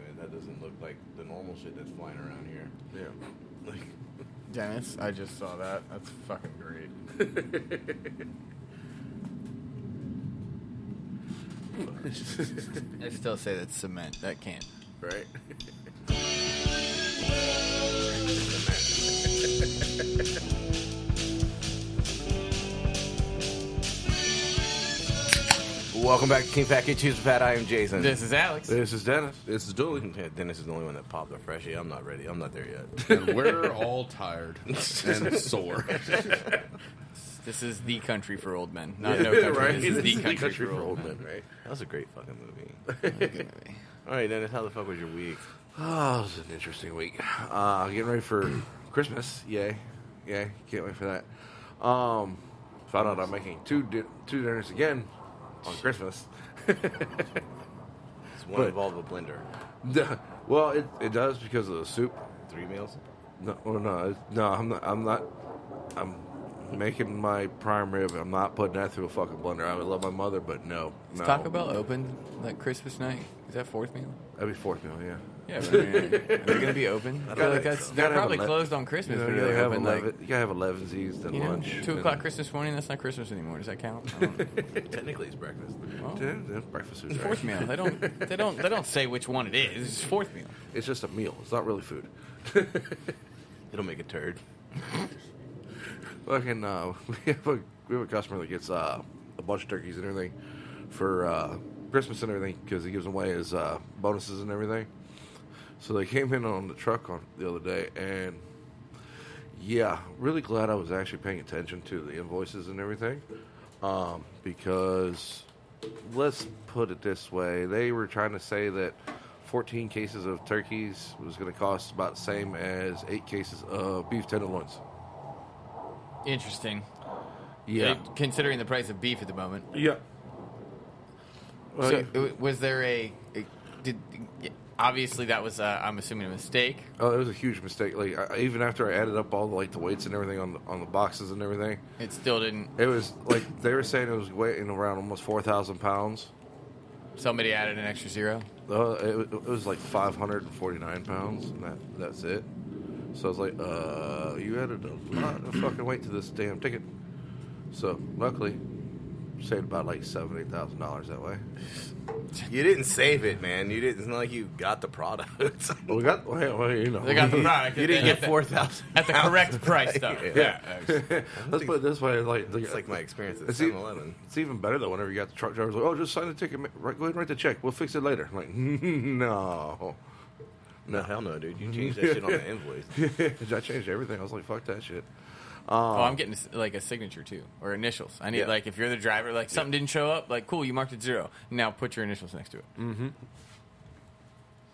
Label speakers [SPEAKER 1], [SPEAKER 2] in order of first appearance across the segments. [SPEAKER 1] minute, that doesn't look like the normal shit that's flying around here. Yeah. Like,
[SPEAKER 2] Dennis, I just saw that. That's fucking great.
[SPEAKER 3] I still say that's cement. That can't.
[SPEAKER 1] right? Welcome back to King Pack. It's Tuesday Pat. I am Jason.
[SPEAKER 3] This is Alex.
[SPEAKER 1] This is Dennis. This is Dooley. Yeah, Dennis is the only one that popped a freshie. I'm not ready. I'm not there yet.
[SPEAKER 4] and we're all tired and sore.
[SPEAKER 3] This is the country for old men. Not no country.
[SPEAKER 1] right?
[SPEAKER 3] This is the country, for old, men.
[SPEAKER 1] right? That was a great fucking movie. All right, Dennis, how the fuck was your week? Oh, it was an interesting week. Uh, getting ready for Christmas. Yay. Yay. Can't wait for that. Um, found out I'm making two di- two dinners again on Christmas.
[SPEAKER 5] It's one
[SPEAKER 1] But-
[SPEAKER 5] involve a blender.
[SPEAKER 1] Duh. well, it, it does because of the soup.
[SPEAKER 5] Three meals?
[SPEAKER 1] No, oh, no, it- no, I'm not. I'm not. I'm making my prime rib. I'm not putting that through a fucking blender. I would love my mother, but no.
[SPEAKER 3] Is
[SPEAKER 1] no.
[SPEAKER 3] Taco Bell open like Christmas night? Is that fourth meal?
[SPEAKER 1] That'd be fourth meal, yeah.
[SPEAKER 3] Yeah, right, right, right. are they gonna be open? I feel like that's,
[SPEAKER 1] Gotta
[SPEAKER 3] they're
[SPEAKER 1] have a
[SPEAKER 3] probably
[SPEAKER 1] le-
[SPEAKER 3] closed on Christmas,
[SPEAKER 1] You, know,
[SPEAKER 3] but
[SPEAKER 1] you,
[SPEAKER 3] they're
[SPEAKER 1] gotta have
[SPEAKER 3] open
[SPEAKER 1] eleven-
[SPEAKER 3] like
[SPEAKER 1] you gotta have elevensies, then
[SPEAKER 3] you know,
[SPEAKER 1] lunch.
[SPEAKER 3] two
[SPEAKER 1] then-
[SPEAKER 3] o'clock Christmas morning. That's not Christmas anymore. Does that count? I don't know.
[SPEAKER 5] Technically, it's breakfast.
[SPEAKER 1] Then- then breakfast food.
[SPEAKER 3] Oh. fourth meal. They don't. They don't. They don't say which one it is. It's fourth meal.
[SPEAKER 1] It's just a meal. It's not really food.
[SPEAKER 5] It'll make a turd.
[SPEAKER 1] Fucking, uh, we have a we have a customer that gets uh, a bunch of turkeys and everything for uh, Christmas and everything because he gives them away as uh, bonuses and everything. So they came in on the truck on the other day, and yeah, really glad I was actually paying attention to the invoices and everything, um, because let's put it this way, they were trying to say that 14 cases of turkeys was going to cost about the same as eight cases of beef tenderloins.
[SPEAKER 3] Interesting.
[SPEAKER 1] Yeah,
[SPEAKER 3] Uh, Considering the price of beef at the moment.
[SPEAKER 1] yeah. Well,
[SPEAKER 3] so,
[SPEAKER 1] you-
[SPEAKER 3] w- was there a? a- Did obviously that was? Uh, I'm assuming a mistake.
[SPEAKER 1] Oh, it was a huge mistake. Like I, I- even after I added up all the, like the weights and everything on the, on the boxes and everything,
[SPEAKER 3] It still didn't.
[SPEAKER 1] it was like they were saying it was weighing around almost four thousand pounds.
[SPEAKER 3] Somebody added an extra zero.
[SPEAKER 1] Uh, it, wa- it was like five hundred and forty nine pounds, and that that's it. So I was like, uh, you added a lot of fucking weight to this damn ticket. So luckily, saved about like seven eight thousand dollars that way.
[SPEAKER 5] You didn't save it, man. You didn't. It's not like you got the product.
[SPEAKER 1] Well, we got well, well, you know
[SPEAKER 3] They got the product.
[SPEAKER 5] you didn't get
[SPEAKER 3] at
[SPEAKER 5] four thousand
[SPEAKER 3] the, at the correct price though.
[SPEAKER 5] Yeah.
[SPEAKER 1] Let's put it this way, like
[SPEAKER 5] It's like my experience at
[SPEAKER 1] It's e-
[SPEAKER 5] 7-Eleven.
[SPEAKER 1] It's even better though. Whenever you got the truck drivers, like, oh, just sign the ticket, ma- right, go ahead and write the check. We'll fix it later. I'm like, no,
[SPEAKER 5] No, hell no, dude. You changed that shit on the invoice.
[SPEAKER 1] I changed everything. I was like, fuck that shit.
[SPEAKER 3] Oh, I'm getting like a signature too, or initials. I need
[SPEAKER 1] Yeah.
[SPEAKER 3] like if you're the driver, like something didn't show up, like cool, you marked it zero. Now put your initials next to it.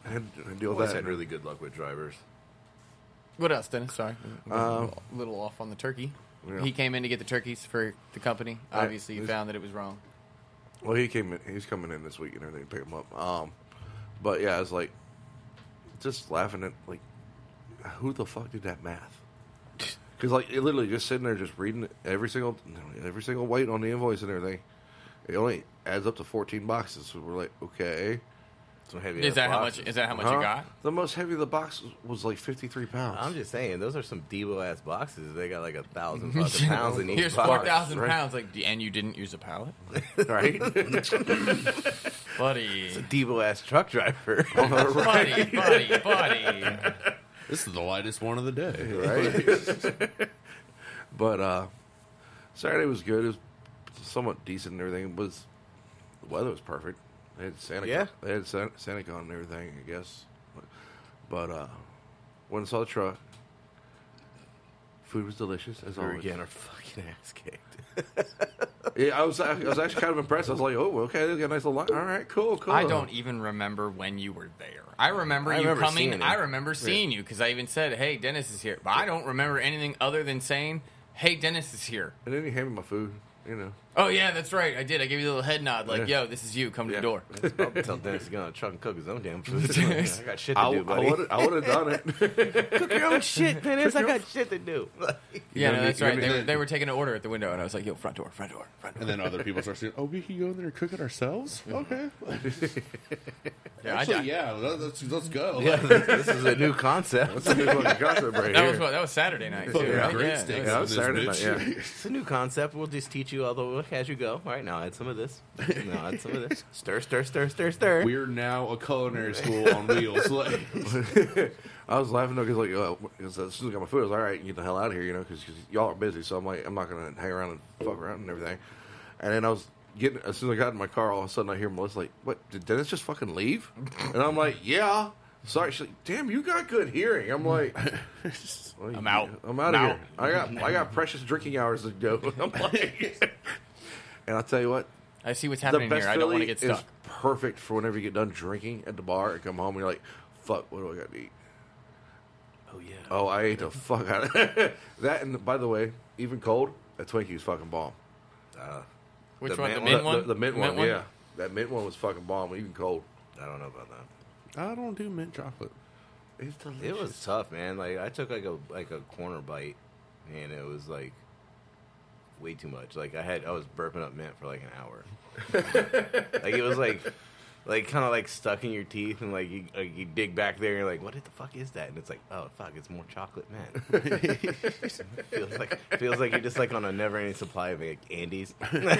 [SPEAKER 1] I had to deal with
[SPEAKER 5] Always
[SPEAKER 1] that.
[SPEAKER 5] had really good luck with drivers.
[SPEAKER 3] What else, Dennis? Sorry, a little off on the turkey.
[SPEAKER 1] Yeah.
[SPEAKER 3] He came in to get the turkeys for the company.
[SPEAKER 1] I-
[SPEAKER 3] Obviously, you
[SPEAKER 1] this-
[SPEAKER 3] found that it was wrong.
[SPEAKER 1] Well, he came. in He's coming in this week and everything. to Pick him up. Um, but yeah, I was like, just laughing at like, who the fuck did that math? Because like it literally just sitting there just reading every single every single weight on the invoice and everything. It only adds up to fourteen boxes. So we're like, okay. Some heavy
[SPEAKER 3] Is
[SPEAKER 1] ass
[SPEAKER 3] that how
[SPEAKER 1] boxes.
[SPEAKER 3] much- is that how much you got?
[SPEAKER 1] The most heavy of the box was, was like fifty three pounds.
[SPEAKER 6] I'm just saying, those are some Debo ass boxes. They got like a thousand fucking pounds in each
[SPEAKER 3] Here's
[SPEAKER 6] box.
[SPEAKER 3] four thousand
[SPEAKER 1] right?
[SPEAKER 3] pounds, like, d- and you didn't use a pallet,
[SPEAKER 1] right.
[SPEAKER 3] buddy,
[SPEAKER 6] Debo ass truck driver.
[SPEAKER 3] buddy, buddy, buddy.
[SPEAKER 4] This is the lightest one of the day.
[SPEAKER 1] But uh, Saturday was good. It was somewhat decent and everything. It was the weather was perfect. They had Santa.
[SPEAKER 6] Yeah.
[SPEAKER 1] They had San- Santa Con and everything. I guess. But, but uh, went and saw the truck. Food was delicious as
[SPEAKER 6] We're
[SPEAKER 1] always.
[SPEAKER 6] getting our fucking ass kicked.
[SPEAKER 1] Yeah, I was I was actually kind of impressed. I was like, oh, okay, they got a nice little line. All right, cool, cool.
[SPEAKER 3] I don't even remember when you were there. I remember
[SPEAKER 6] I
[SPEAKER 3] you
[SPEAKER 6] remember seeing
[SPEAKER 3] coming.
[SPEAKER 6] you.
[SPEAKER 3] I remember seeing you because I even said, "Hey, Dennis is here." But I don't remember anything other than saying, "Hey, Dennis is here."
[SPEAKER 1] And then he handed me my food. You know.
[SPEAKER 3] Oh yeah, that's right. I did. I gave you a little head nod, like,
[SPEAKER 1] Yeah.
[SPEAKER 3] "Yo, this is you. Come to
[SPEAKER 1] Yeah.
[SPEAKER 3] the door."
[SPEAKER 6] I'll tell Dennis to go on a truck and cook his own damn food. I got shit to
[SPEAKER 1] I,
[SPEAKER 6] do, buddy.
[SPEAKER 1] would I would have done it.
[SPEAKER 6] cook your own shit, Dennis. I got shit to do.
[SPEAKER 3] Yeah,
[SPEAKER 1] gonna
[SPEAKER 3] no,
[SPEAKER 1] be-
[SPEAKER 3] that's
[SPEAKER 1] you're gonna
[SPEAKER 3] right. They
[SPEAKER 1] be-
[SPEAKER 3] were, they were taking an order at the window, and I was like, "Yo, front door, front door, front door."
[SPEAKER 4] And then other people start saying, "Oh, we can go in there and cook it ourselves." Okay,
[SPEAKER 3] Yeah, I
[SPEAKER 4] actually,
[SPEAKER 3] did.
[SPEAKER 4] yeah, let- let's let's go.
[SPEAKER 6] this, this is a new concept.
[SPEAKER 1] That's a good fucking concept right
[SPEAKER 3] That
[SPEAKER 1] here.
[SPEAKER 3] was what, that was Saturday night. Too,
[SPEAKER 4] Fucking
[SPEAKER 3] right?
[SPEAKER 4] great
[SPEAKER 3] Yeah,
[SPEAKER 4] steak
[SPEAKER 3] that
[SPEAKER 1] yeah, that
[SPEAKER 4] with
[SPEAKER 1] was
[SPEAKER 4] this
[SPEAKER 1] Saturday night.
[SPEAKER 4] bitch.
[SPEAKER 1] Yeah.
[SPEAKER 6] It's a new concept. We'll just teach you all the work as you go. All right, now add some of this. Now add some of this. Stir, stir, stir, stir, stir.
[SPEAKER 4] We're now a culinary school on wheels. Like,
[SPEAKER 1] I was laughing though because like uh, 'cause as soon as I got my food, I was like, all right, get the hell out of here, you know, because y'all are busy. So I'm like, I'm not gonna hang around and fuck around and everything. And then I was getting as soon as I got in my car, all of a sudden I hear Melissa like, "What? Did Dennis just fucking leave?" And I'm like, "Yeah." Sorry, she's like, "Damn, you got good hearing." I'm like,
[SPEAKER 3] I'm out.
[SPEAKER 1] I'm out of
[SPEAKER 3] I'm
[SPEAKER 1] here. I got I got precious drinking hours to go." I'm like, and I'll tell you what,
[SPEAKER 3] I see what's happening here. I don't want to get
[SPEAKER 1] Philly
[SPEAKER 3] stuck.
[SPEAKER 1] Is perfect for whenever you get done drinking at the bar and come home and you're like, fuck, what do I got to eat?
[SPEAKER 6] Oh, yeah.
[SPEAKER 1] Oh, I ate the fuck out of that. And by the way, even cold, that Twinkie's fucking bomb.
[SPEAKER 3] Which
[SPEAKER 6] the
[SPEAKER 3] one? The
[SPEAKER 6] mint one-
[SPEAKER 3] mint
[SPEAKER 1] The,
[SPEAKER 3] one.
[SPEAKER 1] the mint, one, yeah. That mint one was fucking bomb, even cold.
[SPEAKER 6] I don't know about that.
[SPEAKER 4] I don't do mint chocolate.
[SPEAKER 1] It's delicious.
[SPEAKER 6] It was tough, man. Like I took like a like a corner bite, and it was like way too much. Like I had I was burping up mint for like an hour. like it was like like kind of like stuck in your teeth, and like you like, you dig back there, and you're like, what the fuck is that? And it's like, oh fuck, it's more chocolate mint. feels like feels like you're just like on a never ending supply of like Andes,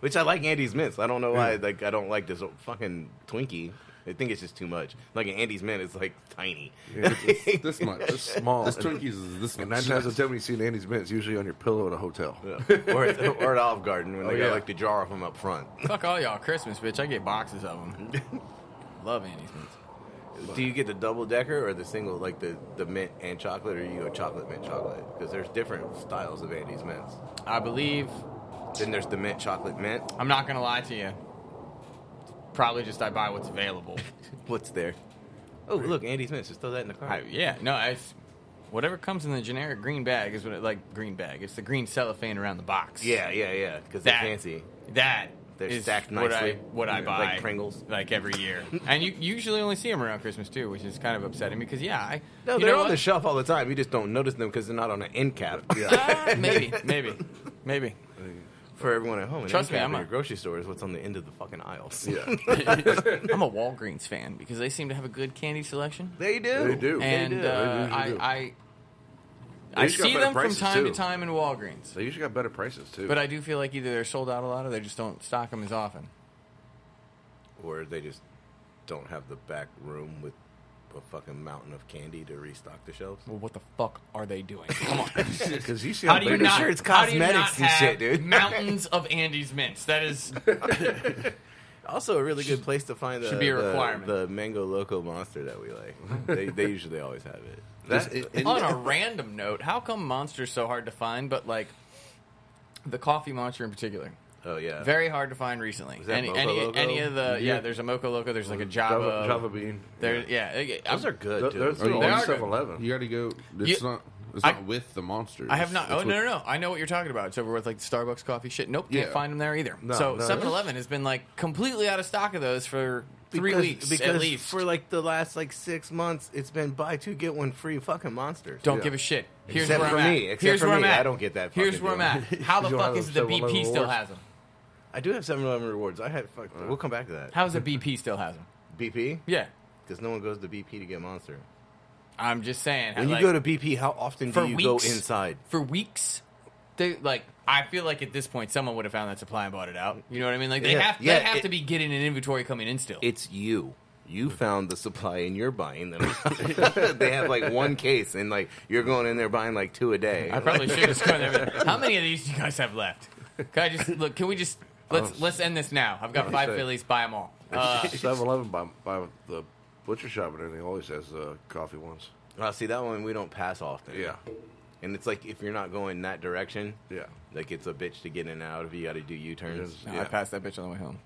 [SPEAKER 6] which I like Andes mints. I don't know why. Like I don't like this fucking Twinkie. I think it's just too much. Like an Andes mint is like tiny.
[SPEAKER 4] It's this much.
[SPEAKER 1] It's small.
[SPEAKER 4] This Twinkies is this
[SPEAKER 1] And nine
[SPEAKER 4] much.
[SPEAKER 1] times out of ten, when you see an Andy's mint, it's usually on your pillow at a hotel.
[SPEAKER 6] or, at, or at Olive Garden when they
[SPEAKER 1] Oh,
[SPEAKER 6] got
[SPEAKER 1] yeah.
[SPEAKER 6] like the jar of them up front.
[SPEAKER 3] Fuck all y'all Christmas, bitch. I get boxes of them. Love Annie's mints.
[SPEAKER 6] Do you get the double decker or the single, like the, the mint and chocolate, or you go chocolate mint chocolate? Because there's different styles of Andes mints.
[SPEAKER 3] I believe
[SPEAKER 6] Then there's the mint chocolate mint.
[SPEAKER 3] I'm not gonna lie to you. Probably just I buy what's available.
[SPEAKER 6] What's there? Oh, look, Andes mints. Just throw that in the car.
[SPEAKER 3] I, yeah, no, I, whatever comes in the generic green bag is what it like green bag. It's the green cellophane around the box.
[SPEAKER 6] yeah, yeah, yeah. Because they're
[SPEAKER 3] that
[SPEAKER 6] fancy.
[SPEAKER 3] That
[SPEAKER 6] They're
[SPEAKER 3] is
[SPEAKER 6] stacked
[SPEAKER 3] what I
[SPEAKER 6] nicely.
[SPEAKER 3] what I
[SPEAKER 6] Yeah,
[SPEAKER 3] buy
[SPEAKER 6] like Pringles.
[SPEAKER 3] like every year, and you you usually only see them around Christmas too, which is kind of upsetting because yeah, I
[SPEAKER 6] No,
[SPEAKER 3] you
[SPEAKER 6] they're
[SPEAKER 3] know
[SPEAKER 6] on
[SPEAKER 3] what?
[SPEAKER 6] the shelf all the time. You just don't notice them because they're not on an end cap.
[SPEAKER 3] Ah, maybe, maybe, maybe.
[SPEAKER 6] For everyone at home, an
[SPEAKER 3] Trust
[SPEAKER 6] end
[SPEAKER 3] me,
[SPEAKER 6] cap
[SPEAKER 3] I'm
[SPEAKER 6] in
[SPEAKER 3] a-
[SPEAKER 6] your grocery store is what's on the end of the fucking aisles.
[SPEAKER 1] Yeah.
[SPEAKER 3] I'm a Walgreens fan because they seem to have a good candy selection.
[SPEAKER 6] they do.
[SPEAKER 1] They do.
[SPEAKER 3] and
[SPEAKER 6] do.
[SPEAKER 3] uh, I,
[SPEAKER 1] They do.
[SPEAKER 3] I,
[SPEAKER 1] They
[SPEAKER 3] I
[SPEAKER 1] just got
[SPEAKER 3] see
[SPEAKER 1] better
[SPEAKER 3] them from
[SPEAKER 1] prices,
[SPEAKER 3] time to
[SPEAKER 1] too.
[SPEAKER 3] time in Walgreens,
[SPEAKER 1] They usually got better prices, too.
[SPEAKER 3] but I do feel like either they're sold out a lot or they just don't stock them as often.
[SPEAKER 6] Or they just don't have the back room with a fucking mountain of candy to restock the shelves.
[SPEAKER 3] Well, what the fuck are they doing? Come on,
[SPEAKER 1] Because you see
[SPEAKER 3] how
[SPEAKER 1] how
[SPEAKER 3] do you
[SPEAKER 1] big-
[SPEAKER 3] not?
[SPEAKER 6] sure it's
[SPEAKER 3] how do you
[SPEAKER 6] cosmetics
[SPEAKER 3] not
[SPEAKER 6] and
[SPEAKER 3] have
[SPEAKER 6] shit, dude.
[SPEAKER 3] Mountains of Andes mints. That is
[SPEAKER 6] Also, a really good place to find the,
[SPEAKER 3] Should be a
[SPEAKER 6] the-
[SPEAKER 3] requirement.
[SPEAKER 6] the mango loco monster that we like. they, they usually always have it.
[SPEAKER 4] That- in- in-
[SPEAKER 3] on a random note. How come Monster's so hard to find? But like the coffee monster in particular.
[SPEAKER 6] Oh yeah,
[SPEAKER 3] Very hard to find recently.
[SPEAKER 6] that
[SPEAKER 3] Any,
[SPEAKER 6] Mocha
[SPEAKER 3] any,
[SPEAKER 6] Loco?
[SPEAKER 3] any of the yeah, there's a Mocha Loco. There's like a Java.
[SPEAKER 1] Java, Java bean.
[SPEAKER 3] There, yeah.
[SPEAKER 6] those
[SPEAKER 3] I'm-
[SPEAKER 6] are good.
[SPEAKER 1] Th-
[SPEAKER 6] dude.
[SPEAKER 1] Those
[SPEAKER 4] Are
[SPEAKER 1] are
[SPEAKER 4] you-
[SPEAKER 1] all
[SPEAKER 4] They
[SPEAKER 1] in
[SPEAKER 3] are good.
[SPEAKER 1] 7-Eleven.
[SPEAKER 4] you got to go. It's
[SPEAKER 3] You-
[SPEAKER 4] not. It's
[SPEAKER 3] I-
[SPEAKER 4] not with the monster.
[SPEAKER 3] I have not.
[SPEAKER 4] It's
[SPEAKER 3] Oh no, no,
[SPEAKER 4] with-
[SPEAKER 3] no! I know what you're talking about. It's over with like Starbucks coffee shit. Nope, can't
[SPEAKER 4] Yeah.
[SPEAKER 3] find them there either.
[SPEAKER 1] No,
[SPEAKER 3] so
[SPEAKER 1] no.
[SPEAKER 3] 7-Eleven has been like completely out of stock of those for Three
[SPEAKER 6] Because-
[SPEAKER 3] weeks, at
[SPEAKER 6] because
[SPEAKER 3] least.
[SPEAKER 6] for like the last like six months, it's been buy two get one free fucking monsters.
[SPEAKER 3] Don't
[SPEAKER 1] Yeah.
[SPEAKER 3] give a shit. Here's
[SPEAKER 6] Except
[SPEAKER 3] where
[SPEAKER 6] for
[SPEAKER 3] I'm at.
[SPEAKER 6] me. Except
[SPEAKER 3] Here's
[SPEAKER 6] for
[SPEAKER 3] where
[SPEAKER 6] me.
[SPEAKER 3] I'm at.
[SPEAKER 6] I don't get that
[SPEAKER 3] Here's
[SPEAKER 6] fucking
[SPEAKER 3] where I'm at.
[SPEAKER 6] deal.
[SPEAKER 3] How the
[SPEAKER 1] You don't
[SPEAKER 3] fuck
[SPEAKER 1] have
[SPEAKER 3] is the
[SPEAKER 1] 7-Eleven
[SPEAKER 3] BP still
[SPEAKER 1] rewards?
[SPEAKER 3] has them?
[SPEAKER 6] I do have Seven Eleven rewards. I had. Fuck, we'll come back to that.
[SPEAKER 3] How is the BP still has them?
[SPEAKER 6] BP?
[SPEAKER 3] Yeah,
[SPEAKER 6] Because no one goes to BP to get monster.
[SPEAKER 3] I'm just saying.
[SPEAKER 6] When you
[SPEAKER 3] like,
[SPEAKER 6] go to BP, how often do you go inside?
[SPEAKER 3] For weeks, they like. I feel like at this point, someone would have found that supply and bought it out. You know what I mean? Like they
[SPEAKER 6] Yeah,
[SPEAKER 3] have,
[SPEAKER 6] yeah,
[SPEAKER 3] they have
[SPEAKER 6] it-
[SPEAKER 3] to be getting an inventory coming in still.
[SPEAKER 6] It's you.
[SPEAKER 3] Mm.
[SPEAKER 6] You found the supply and you're buying them. they have like one case and like you're going in there buying like two a day.
[SPEAKER 3] I probably should have scored everything. How many of these do you guys have left? Can I just look? Can we just let's let's end this now? I've got five
[SPEAKER 1] say.
[SPEAKER 3] Phillies. Buy them all. Uh,
[SPEAKER 1] 7 Eleven by, by the butcher shop and everything always has uh, coffee ones.
[SPEAKER 6] Well, see that one we don't pass often.
[SPEAKER 1] Yeah.
[SPEAKER 6] And it's like if you're not going that direction,
[SPEAKER 1] Yeah.
[SPEAKER 6] like it's a bitch to get in and out if you got to do U turns.
[SPEAKER 1] Yes. Yeah.
[SPEAKER 3] passed that bitch on the way home.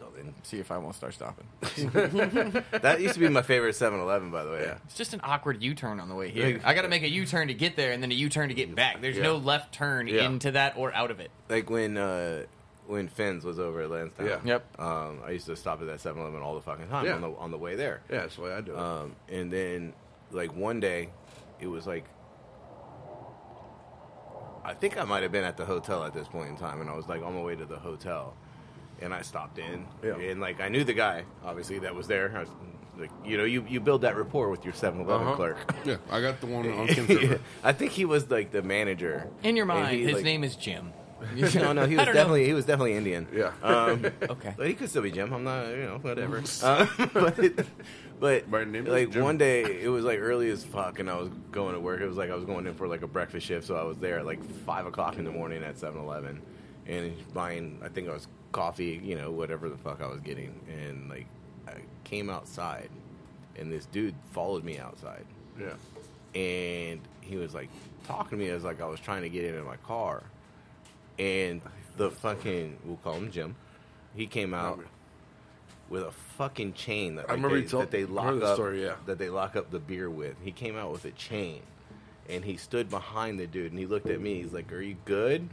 [SPEAKER 6] So Oh, then-
[SPEAKER 3] See if I won't start stopping.
[SPEAKER 6] That used to be my favorite 7-Eleven, by the way.
[SPEAKER 1] Yeah.
[SPEAKER 3] It's just an awkward U-turn on the way here.
[SPEAKER 6] Yeah.
[SPEAKER 3] I got to make a U-turn to get there, and then a U-turn to get back. There's no
[SPEAKER 1] Yeah.
[SPEAKER 3] left turn
[SPEAKER 6] Yeah.
[SPEAKER 3] into that or out of it.
[SPEAKER 6] Like when uh, when Finn's was over at Lansdowne.
[SPEAKER 1] Yeah.
[SPEAKER 3] Yep.
[SPEAKER 6] Um, I used to stop at that 7-Eleven all the fucking time
[SPEAKER 1] Yeah.
[SPEAKER 6] on the on the way there.
[SPEAKER 1] Yeah, that's the way I do
[SPEAKER 3] Uh,
[SPEAKER 1] it.
[SPEAKER 6] Um, and then, like one day, it was like, I think I might have been at the hotel at this point in time, and I was like on my way to the hotel, and I stopped in,
[SPEAKER 1] Yeah.
[SPEAKER 6] and like I knew the guy obviously that was there. I was, like you know, you, you build that rapport with your 7-Eleven
[SPEAKER 1] Uh-huh.
[SPEAKER 6] clerk.
[SPEAKER 4] Yeah, I got the one on Kim's River.
[SPEAKER 6] I think he was like the manager
[SPEAKER 3] In your
[SPEAKER 6] And
[SPEAKER 3] mind,
[SPEAKER 6] he,
[SPEAKER 3] his
[SPEAKER 6] like-
[SPEAKER 3] name is Jim.
[SPEAKER 6] No, no, he
[SPEAKER 3] I don't
[SPEAKER 6] was
[SPEAKER 3] know.
[SPEAKER 6] definitely he was definitely Indian.
[SPEAKER 1] yeah.
[SPEAKER 6] Um,
[SPEAKER 3] Okay.
[SPEAKER 6] But he could still be Jim. I'm not, you know, whatever. uh, but but
[SPEAKER 4] My name is
[SPEAKER 6] like
[SPEAKER 4] Jim.
[SPEAKER 6] one day it was like early as fuck, and I was going to work. It was like I was going in for like a breakfast shift, so I was there at like five o'clock in the morning at 7-Eleven, and buying. I think I was coffee, you know, whatever the fuck I was getting, and like I came outside, and this dude followed me outside
[SPEAKER 1] yeah.
[SPEAKER 6] and he was like talking to me as like I was trying to get him in my car, and the fucking we'll call him Jim, he came out with a fucking chain that, like,
[SPEAKER 1] remember
[SPEAKER 6] they,
[SPEAKER 1] you told-
[SPEAKER 6] that they
[SPEAKER 1] I
[SPEAKER 6] lock
[SPEAKER 1] remember the
[SPEAKER 6] up
[SPEAKER 1] story, yeah.
[SPEAKER 6] that they lock up the beer with. He came out with a chain. And he stood behind the dude, and he looked at me. He's like, "Are you good?"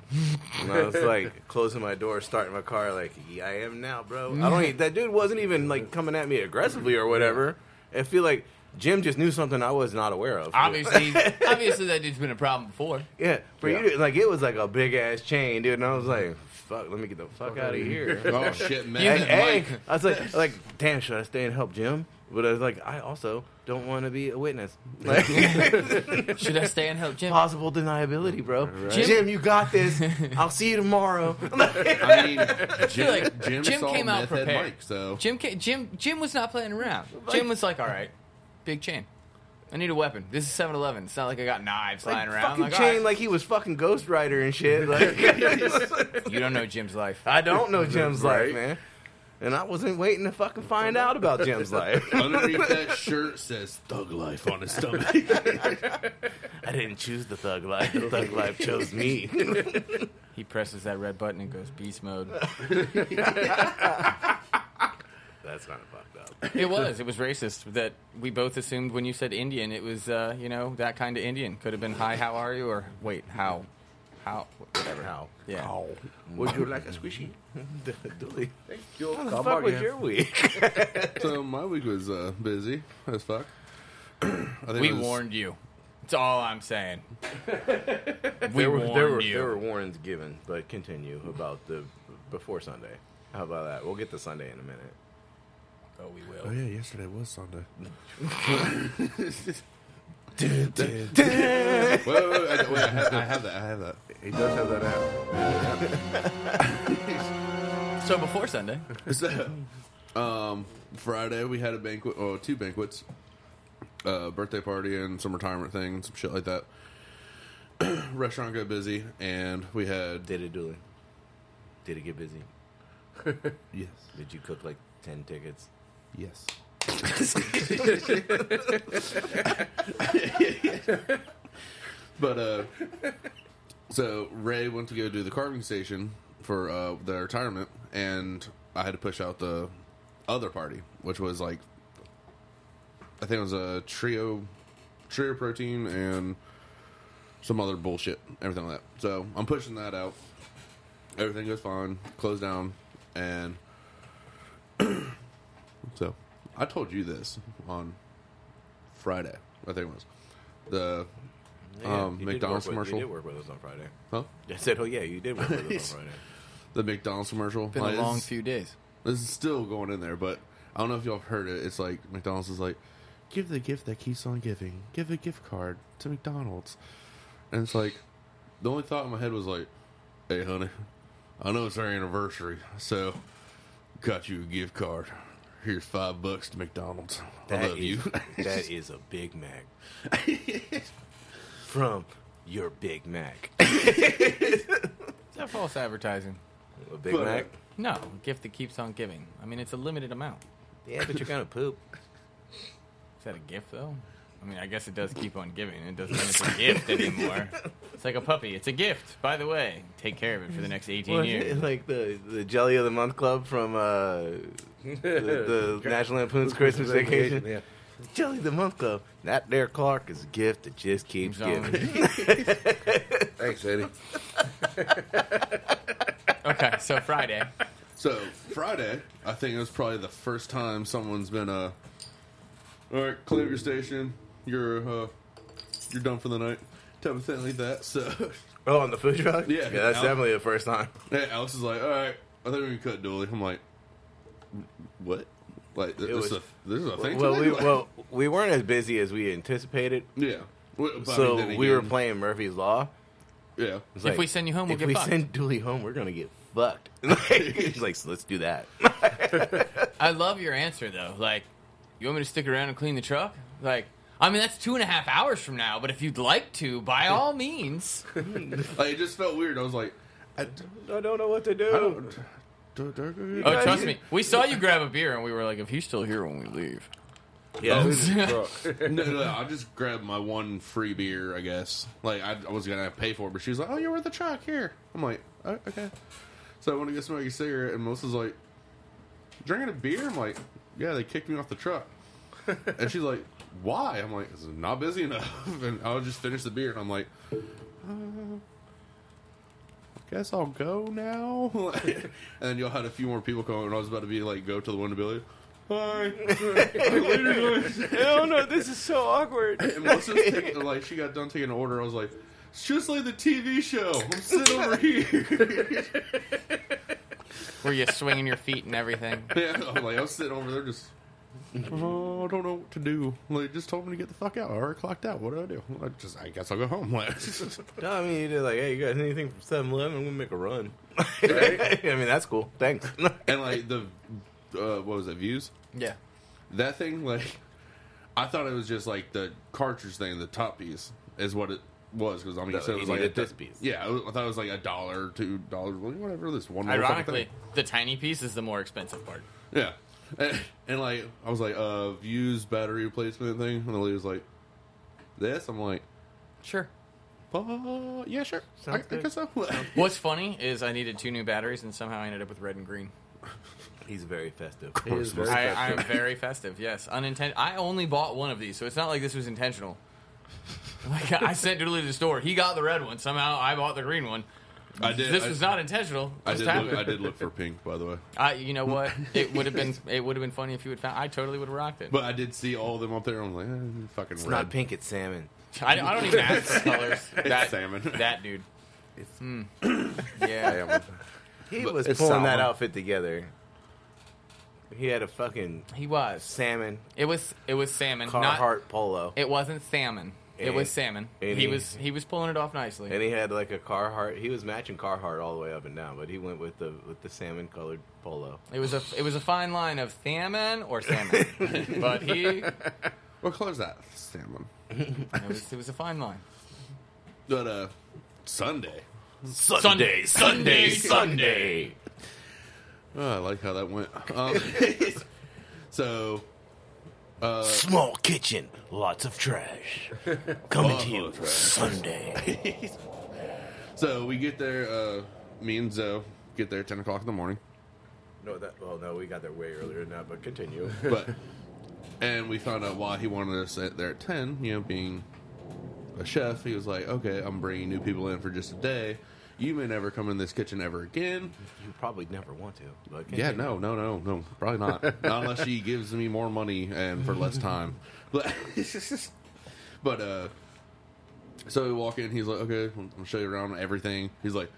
[SPEAKER 6] And I was like, closing my door, starting my car, like, "Yeah, I am now, bro." I don't. e- That dude wasn't even like coming at me aggressively or whatever. I feel like Jim just knew something I was not aware of.
[SPEAKER 3] Obviously, obviously that dude's been a problem before.
[SPEAKER 6] Yeah, for you to, like it was like a big ass chain, dude, and I was like, "Fuck, let me get the fuck out of here."
[SPEAKER 4] Oh shit, man!
[SPEAKER 6] hey, hey. I was like, like, damn, should I stay and help Jim? But I was like, I also don't want to be a witness. Like,
[SPEAKER 3] Should I stay and help Jim?
[SPEAKER 6] possible deniability, bro.
[SPEAKER 3] Jim-
[SPEAKER 6] Jim, you got this. I'll see you tomorrow.
[SPEAKER 4] I mean, Jim,
[SPEAKER 3] like
[SPEAKER 4] Jim,
[SPEAKER 3] Jim
[SPEAKER 4] saw
[SPEAKER 3] came out
[SPEAKER 4] Meth Head
[SPEAKER 3] prepared.
[SPEAKER 4] Mike, so
[SPEAKER 3] Jim, ca- Jim, Jim was not playing around. Jim was like, "All right, big chain. I need a weapon. This is 7-Eleven. It's not like I got knives
[SPEAKER 6] like,
[SPEAKER 3] lying around.
[SPEAKER 6] fucking
[SPEAKER 3] like, all
[SPEAKER 6] chain,
[SPEAKER 3] right.
[SPEAKER 6] like he was fucking Ghost Rider and shit. Like,
[SPEAKER 3] you don't know Jim's life.
[SPEAKER 6] I don't know Jim's
[SPEAKER 1] Right.
[SPEAKER 6] life, man. And I wasn't waiting to fucking find out about Jim's life.
[SPEAKER 4] underneath that shirt says "Thug Life" on his stomach.
[SPEAKER 6] I didn't choose the thug life. The thug life chose me.
[SPEAKER 3] He presses that red button and goes beast mode.
[SPEAKER 6] That's kind of fucked up.
[SPEAKER 3] It was. It was racist that we both assumed when you said Indian, it was uh, you know that kind of Indian. Could have been hi, how are you, or wait, how, how, whatever.
[SPEAKER 6] How?
[SPEAKER 3] Yeah.
[SPEAKER 1] Would you like a squishy?
[SPEAKER 6] Dilly.
[SPEAKER 1] Yo,
[SPEAKER 6] How the fuck was your week?
[SPEAKER 4] so my week was uh, busy as fuck. I think
[SPEAKER 3] We
[SPEAKER 4] it was-
[SPEAKER 3] warned you. That's all I'm saying. we
[SPEAKER 6] There were,
[SPEAKER 3] warned
[SPEAKER 6] there, were,
[SPEAKER 3] you.
[SPEAKER 6] there were warnings given, but continue about the before Sunday. How about that? We'll get to Sunday in a minute.
[SPEAKER 3] Oh, we will.
[SPEAKER 4] Oh yeah, yesterday was Sunday. wait, wait, wait, I, wait, I have, I have that. I have that.
[SPEAKER 1] He does have that app.
[SPEAKER 3] So before Sunday,
[SPEAKER 4] So, um, Friday we had a banquet, oh, two banquets, uh, birthday party and some retirement thing and some shit like that. Restaurant got busy, and we had
[SPEAKER 6] Did it, Dooley? Did it get busy?
[SPEAKER 4] yes,
[SPEAKER 6] Did you cook like 10 tickets?
[SPEAKER 4] yes. but uh, so Ray went to go do the carving station for uh, the retirement, and I had to push out the other party, which was like I think it was a trio, trio protein and some other bullshit, everything like that. So I'm pushing that out. Everything goes fine, closed down, and so I told you this on Friday. I think it was the
[SPEAKER 6] Yeah,
[SPEAKER 4] um,
[SPEAKER 6] you did
[SPEAKER 4] McDonald's
[SPEAKER 6] work with-
[SPEAKER 4] commercial.
[SPEAKER 6] You did work with us on Friday.
[SPEAKER 4] Huh?
[SPEAKER 6] I said, oh, yeah, you did work with us on Friday.
[SPEAKER 4] The McDonald's commercial.
[SPEAKER 3] Been
[SPEAKER 4] Like,
[SPEAKER 3] a long
[SPEAKER 4] it's-
[SPEAKER 3] few days.
[SPEAKER 4] This is still going in there, but I don't know if y'all have heard it. It's like McDonald's is like, give the gift that keeps on giving. Give a gift card to McDonald's. And it's like, the only thought in my head was like, hey, honey, I know it's our anniversary, so got you a gift card. Here's five bucks to McDonald's. I
[SPEAKER 6] That
[SPEAKER 4] love
[SPEAKER 6] is-
[SPEAKER 4] you.
[SPEAKER 6] that is a Big Mac. From your Big Mac.
[SPEAKER 3] Is that false advertising?
[SPEAKER 6] A Big
[SPEAKER 4] But-
[SPEAKER 6] Mac?
[SPEAKER 3] No, gift that keeps on giving. I mean, it's a limited amount.
[SPEAKER 6] Yeah, but you're kind of poop.
[SPEAKER 3] Is that a gift though? I mean, I guess it does keep on giving. It doesn't mean it's a gift anymore. It's like a puppy. It's a gift. By the way, take care of it for the next 18
[SPEAKER 6] Well,
[SPEAKER 3] years.
[SPEAKER 6] Like the, the Jelly of the Month Club from uh, the, the National Lampoon's Christmas Vacation.
[SPEAKER 1] Yeah.
[SPEAKER 6] Jelly of the Month Club. That there Clark is a gift that just keeps
[SPEAKER 3] Keeps on
[SPEAKER 6] giving.
[SPEAKER 1] Thanks, Eddie.
[SPEAKER 3] Okay, so Friday.
[SPEAKER 4] So Friday, I think it was probably the first time someone's been uh, all right, clean up your station. You're uh, you're done for the night, type of thing like that. So
[SPEAKER 6] oh, on the food truck?
[SPEAKER 4] Yeah.
[SPEAKER 6] Yeah, that's definitely the first time.
[SPEAKER 4] hey, Alex is like, all right, I think we can cut Dooley. I'm like, what? Like this
[SPEAKER 6] was-
[SPEAKER 4] is a this is a thing.
[SPEAKER 6] Well,
[SPEAKER 4] today?
[SPEAKER 6] we
[SPEAKER 4] Like,
[SPEAKER 6] well we weren't as busy as we anticipated,
[SPEAKER 4] yeah. Well, but I
[SPEAKER 6] so
[SPEAKER 4] mean, then
[SPEAKER 6] we were
[SPEAKER 4] again,
[SPEAKER 6] playing Murphy's Law.
[SPEAKER 4] Yeah,
[SPEAKER 6] It's
[SPEAKER 3] If we send you home, we'll
[SPEAKER 6] if
[SPEAKER 3] get
[SPEAKER 6] we
[SPEAKER 3] fucked.
[SPEAKER 6] send Dooley home, we're gonna get fucked. He's like, so let's do that. Well,
[SPEAKER 3] I love your answer though. Like, you want me to stick around and clean the truck? Like, I mean, that's two and a half hours from now. But if you'd like to, by all means.
[SPEAKER 4] like it just felt weird. I was like, I,
[SPEAKER 6] I don't know what to
[SPEAKER 4] I
[SPEAKER 6] do.
[SPEAKER 4] don't. do- do- do-
[SPEAKER 3] Oh, trust me. We saw you grab a beer, and we were like, if he's still here when we leave. Oh,
[SPEAKER 6] Yeah,
[SPEAKER 4] No, no, no, I just grabbed my one free beer, I guess. Like, I, I was going to pay for it, but she was like, oh, you're worth a truck, here. I'm like, oh, okay. So I went to go smoke a cigarette, and Melissa's like, drinking a beer? I'm like, yeah, they kicked me off the truck. and she's like, why? I'm like, it's not busy enough. And I'll just finish the beer, and I'm like, uh, I guess I'll go now. and then y'all had a few more people come, and I was about to be like, go to the window, and be like, hi.
[SPEAKER 6] Oh no, this is so awkward.
[SPEAKER 4] And Melissa's taking, like, she got done taking an order. I was like, it's just like the TV show. I'm sitting over here.
[SPEAKER 3] Were you swinging your feet and everything?
[SPEAKER 4] yeah, I'm like, I was sitting over there just, oh, I don't know what to do. Like, just told me to get the fuck out. I already clocked out. What do I do? I just, I guess I'll go home. Like,
[SPEAKER 6] No, I mean, you're like, hey, you got anything from 7 Eleven? I'm gonna make a run. I mean, that's cool. Thanks.
[SPEAKER 4] and, like, the, uh, what was it, views?
[SPEAKER 3] Yeah.
[SPEAKER 4] That thing, like, I thought it was just, like, the cartridge thing, the top piece, is what it was. Because, I mean,
[SPEAKER 6] No,
[SPEAKER 4] you said it
[SPEAKER 6] you
[SPEAKER 4] was like
[SPEAKER 6] need
[SPEAKER 4] a
[SPEAKER 6] a disc piece.
[SPEAKER 4] Yeah, I thought it was like a dollar, two dollars, whatever this one. motherfucking
[SPEAKER 3] Ironically,
[SPEAKER 4] thing.
[SPEAKER 3] the tiny piece is the more expensive part.
[SPEAKER 4] Yeah. And, and, like, I was like, uh, views battery replacement thing. And the lady was like, this? I'm like,
[SPEAKER 3] Sure.
[SPEAKER 4] uh, yeah, sure. I, I
[SPEAKER 6] Sounds good.
[SPEAKER 4] guess so.
[SPEAKER 3] What's funny is I needed two new batteries, and somehow I ended up with red and green.
[SPEAKER 6] He's very festive.
[SPEAKER 3] I, I'm very festive. Yes, unintentional. I only bought one of these, so it's not like this was intentional. Like I sent Dooley to the store. He got the red one. Somehow I bought the green one.
[SPEAKER 4] I did.
[SPEAKER 3] This
[SPEAKER 4] I,
[SPEAKER 3] was not intentional.
[SPEAKER 4] I
[SPEAKER 3] Just
[SPEAKER 4] did,
[SPEAKER 3] happened.
[SPEAKER 4] look, I did look for pink, by the way.
[SPEAKER 3] I, you know what? It would have been. It would have been funny if you had found. I totally would have rocked it.
[SPEAKER 4] But I did see all of them up there. I'm like, eh, fucking
[SPEAKER 6] It's
[SPEAKER 4] red.
[SPEAKER 6] not pink, it's salmon.
[SPEAKER 3] I, I don't even ask for colors. That
[SPEAKER 4] salmon.
[SPEAKER 3] That dude.
[SPEAKER 1] It's-
[SPEAKER 3] Mm. Yeah.
[SPEAKER 6] He was pulling
[SPEAKER 1] it's
[SPEAKER 6] that
[SPEAKER 1] salmon.
[SPEAKER 6] outfit together. He had a fucking
[SPEAKER 3] He was.
[SPEAKER 6] salmon
[SPEAKER 3] It was. It was salmon.
[SPEAKER 6] Carhartt
[SPEAKER 3] Not.
[SPEAKER 6] polo.
[SPEAKER 3] It wasn't salmon. It
[SPEAKER 6] And-
[SPEAKER 3] was salmon.
[SPEAKER 6] and
[SPEAKER 3] He
[SPEAKER 6] he-
[SPEAKER 3] was. He was pulling it off nicely.
[SPEAKER 6] and he had like a Carhartt. He was matching Carhartt all the way up and down, but he went with the with the salmon colored polo.
[SPEAKER 3] It was a it was a fine line of salmon or salmon, but he it
[SPEAKER 4] What color is that? Salmon.
[SPEAKER 3] was, it was a fine line.
[SPEAKER 4] But, uh, Sunday.
[SPEAKER 3] Sunday, Sunday,
[SPEAKER 6] Sunday.
[SPEAKER 4] Oh, I like how that went. Um, so,
[SPEAKER 6] Small kitchen, lots of trash. Coming to you Sunday.
[SPEAKER 4] so we get there, uh, me and Zoe get there 10 o'clock in the morning.
[SPEAKER 6] No, that well, no, we got there way earlier than that. But continue.
[SPEAKER 4] but and we found out why he wanted us at there at 10 you know being a chef he was like okay i'm bringing new people in for just a day You may never come in this kitchen ever again.
[SPEAKER 6] You probably never want to. But
[SPEAKER 4] Yeah, no, no, no, no, probably not. Not unless she gives me more money and for less time. But, but uh, so we walk in. He's like, "Okay, I'm gonna show you around everything." He's like,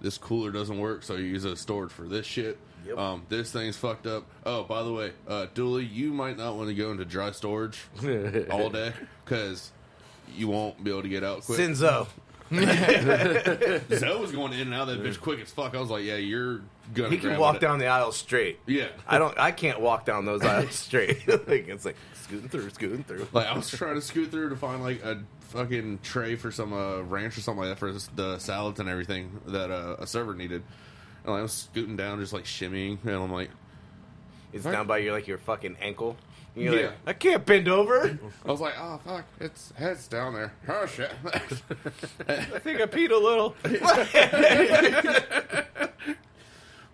[SPEAKER 4] "This cooler doesn't work, so you use it as storage for this shit." Um, this thing's fucked up. Oh, by the way, uh, Dooley, you might not want to go into dry storage all day because you won't be able to get out quick.
[SPEAKER 6] Sinzo.
[SPEAKER 4] Zoe was going in and out of that bitch quick as fuck. I was like, "Yeah, you're gonna."
[SPEAKER 6] He can
[SPEAKER 4] grab
[SPEAKER 6] walk
[SPEAKER 4] it."
[SPEAKER 6] down the aisle straight.
[SPEAKER 4] Yeah.
[SPEAKER 6] I don't. I can't walk down those aisles straight. like it's like scooting through, scooting through.
[SPEAKER 4] Like I was trying to scoot through to find like a fucking tray for some uh, ranch or something like that for this- the salads and everything that uh, a server needed. And I was scooting down, just like shimmying, and I'm like,
[SPEAKER 6] It's down by your like your fucking ankle. And you're like,
[SPEAKER 4] Yeah.
[SPEAKER 6] I can't bend over.
[SPEAKER 4] I was like, oh fuck, it's head's down there. Oh shit.
[SPEAKER 6] I think I peed a little.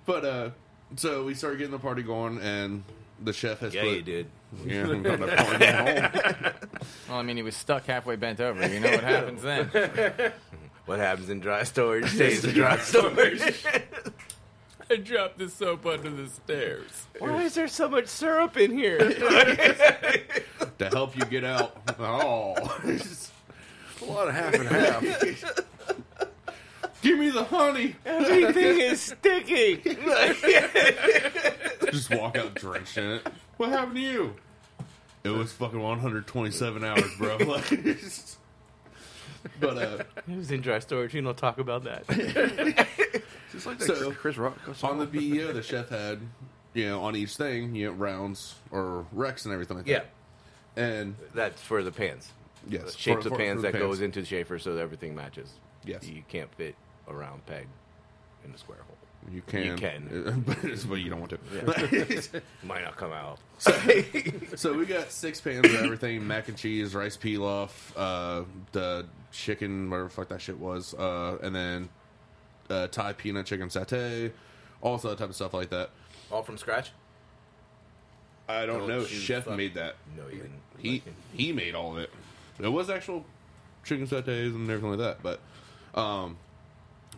[SPEAKER 4] but uh, so we started getting the party going, and the chef has
[SPEAKER 6] yeah,
[SPEAKER 4] put,
[SPEAKER 6] you did.
[SPEAKER 4] Yeah, I'm gonna point it home.
[SPEAKER 3] Well, I mean, he was stuck halfway bent over. You know what happens then?
[SPEAKER 6] What happens in dry storage stays in dry storage.
[SPEAKER 3] I dropped the soap under the stairs.
[SPEAKER 6] Why is there so much syrup in here?
[SPEAKER 4] to help you get out. Oh,
[SPEAKER 1] A lot of half and half.
[SPEAKER 4] give me the honey.
[SPEAKER 6] Everything is sticky.
[SPEAKER 4] Just walk out drenched in it. What happened to you? It was fucking 127 hours, bro. Like, but uh,
[SPEAKER 6] It was in dry storage. You don't talk about that.
[SPEAKER 1] Just like that
[SPEAKER 4] So-
[SPEAKER 1] Chris Rock.
[SPEAKER 4] on the BEO, the chef had, you know, on each thing, you know, rounds or recs and everything like that.
[SPEAKER 6] Yeah,
[SPEAKER 4] And
[SPEAKER 6] that's for the pans.
[SPEAKER 4] yes,
[SPEAKER 6] Shapes
[SPEAKER 4] for-
[SPEAKER 6] of
[SPEAKER 4] for-
[SPEAKER 6] pans
[SPEAKER 4] for the
[SPEAKER 6] that goes into the shafer so that everything matches.
[SPEAKER 4] Yes.
[SPEAKER 6] you can't fit a round peg in a square hole.
[SPEAKER 4] You can.
[SPEAKER 6] You can.
[SPEAKER 4] but, it's, but you don't want to.
[SPEAKER 6] Might not come out.
[SPEAKER 4] So we got six pans of everything: mac and cheese, rice pilaf, uh, the chicken, whatever the fuck that shit was, uh, and then uh, Thai peanut chicken satay, all that type of stuff like that.
[SPEAKER 6] All from scratch?
[SPEAKER 4] I don't
[SPEAKER 6] Don't
[SPEAKER 4] know.
[SPEAKER 6] you
[SPEAKER 4] Chef
[SPEAKER 6] fuck-
[SPEAKER 4] made that.
[SPEAKER 6] No, you didn't.
[SPEAKER 4] He he made all of it. It was actual chicken satays and everything like that. But um,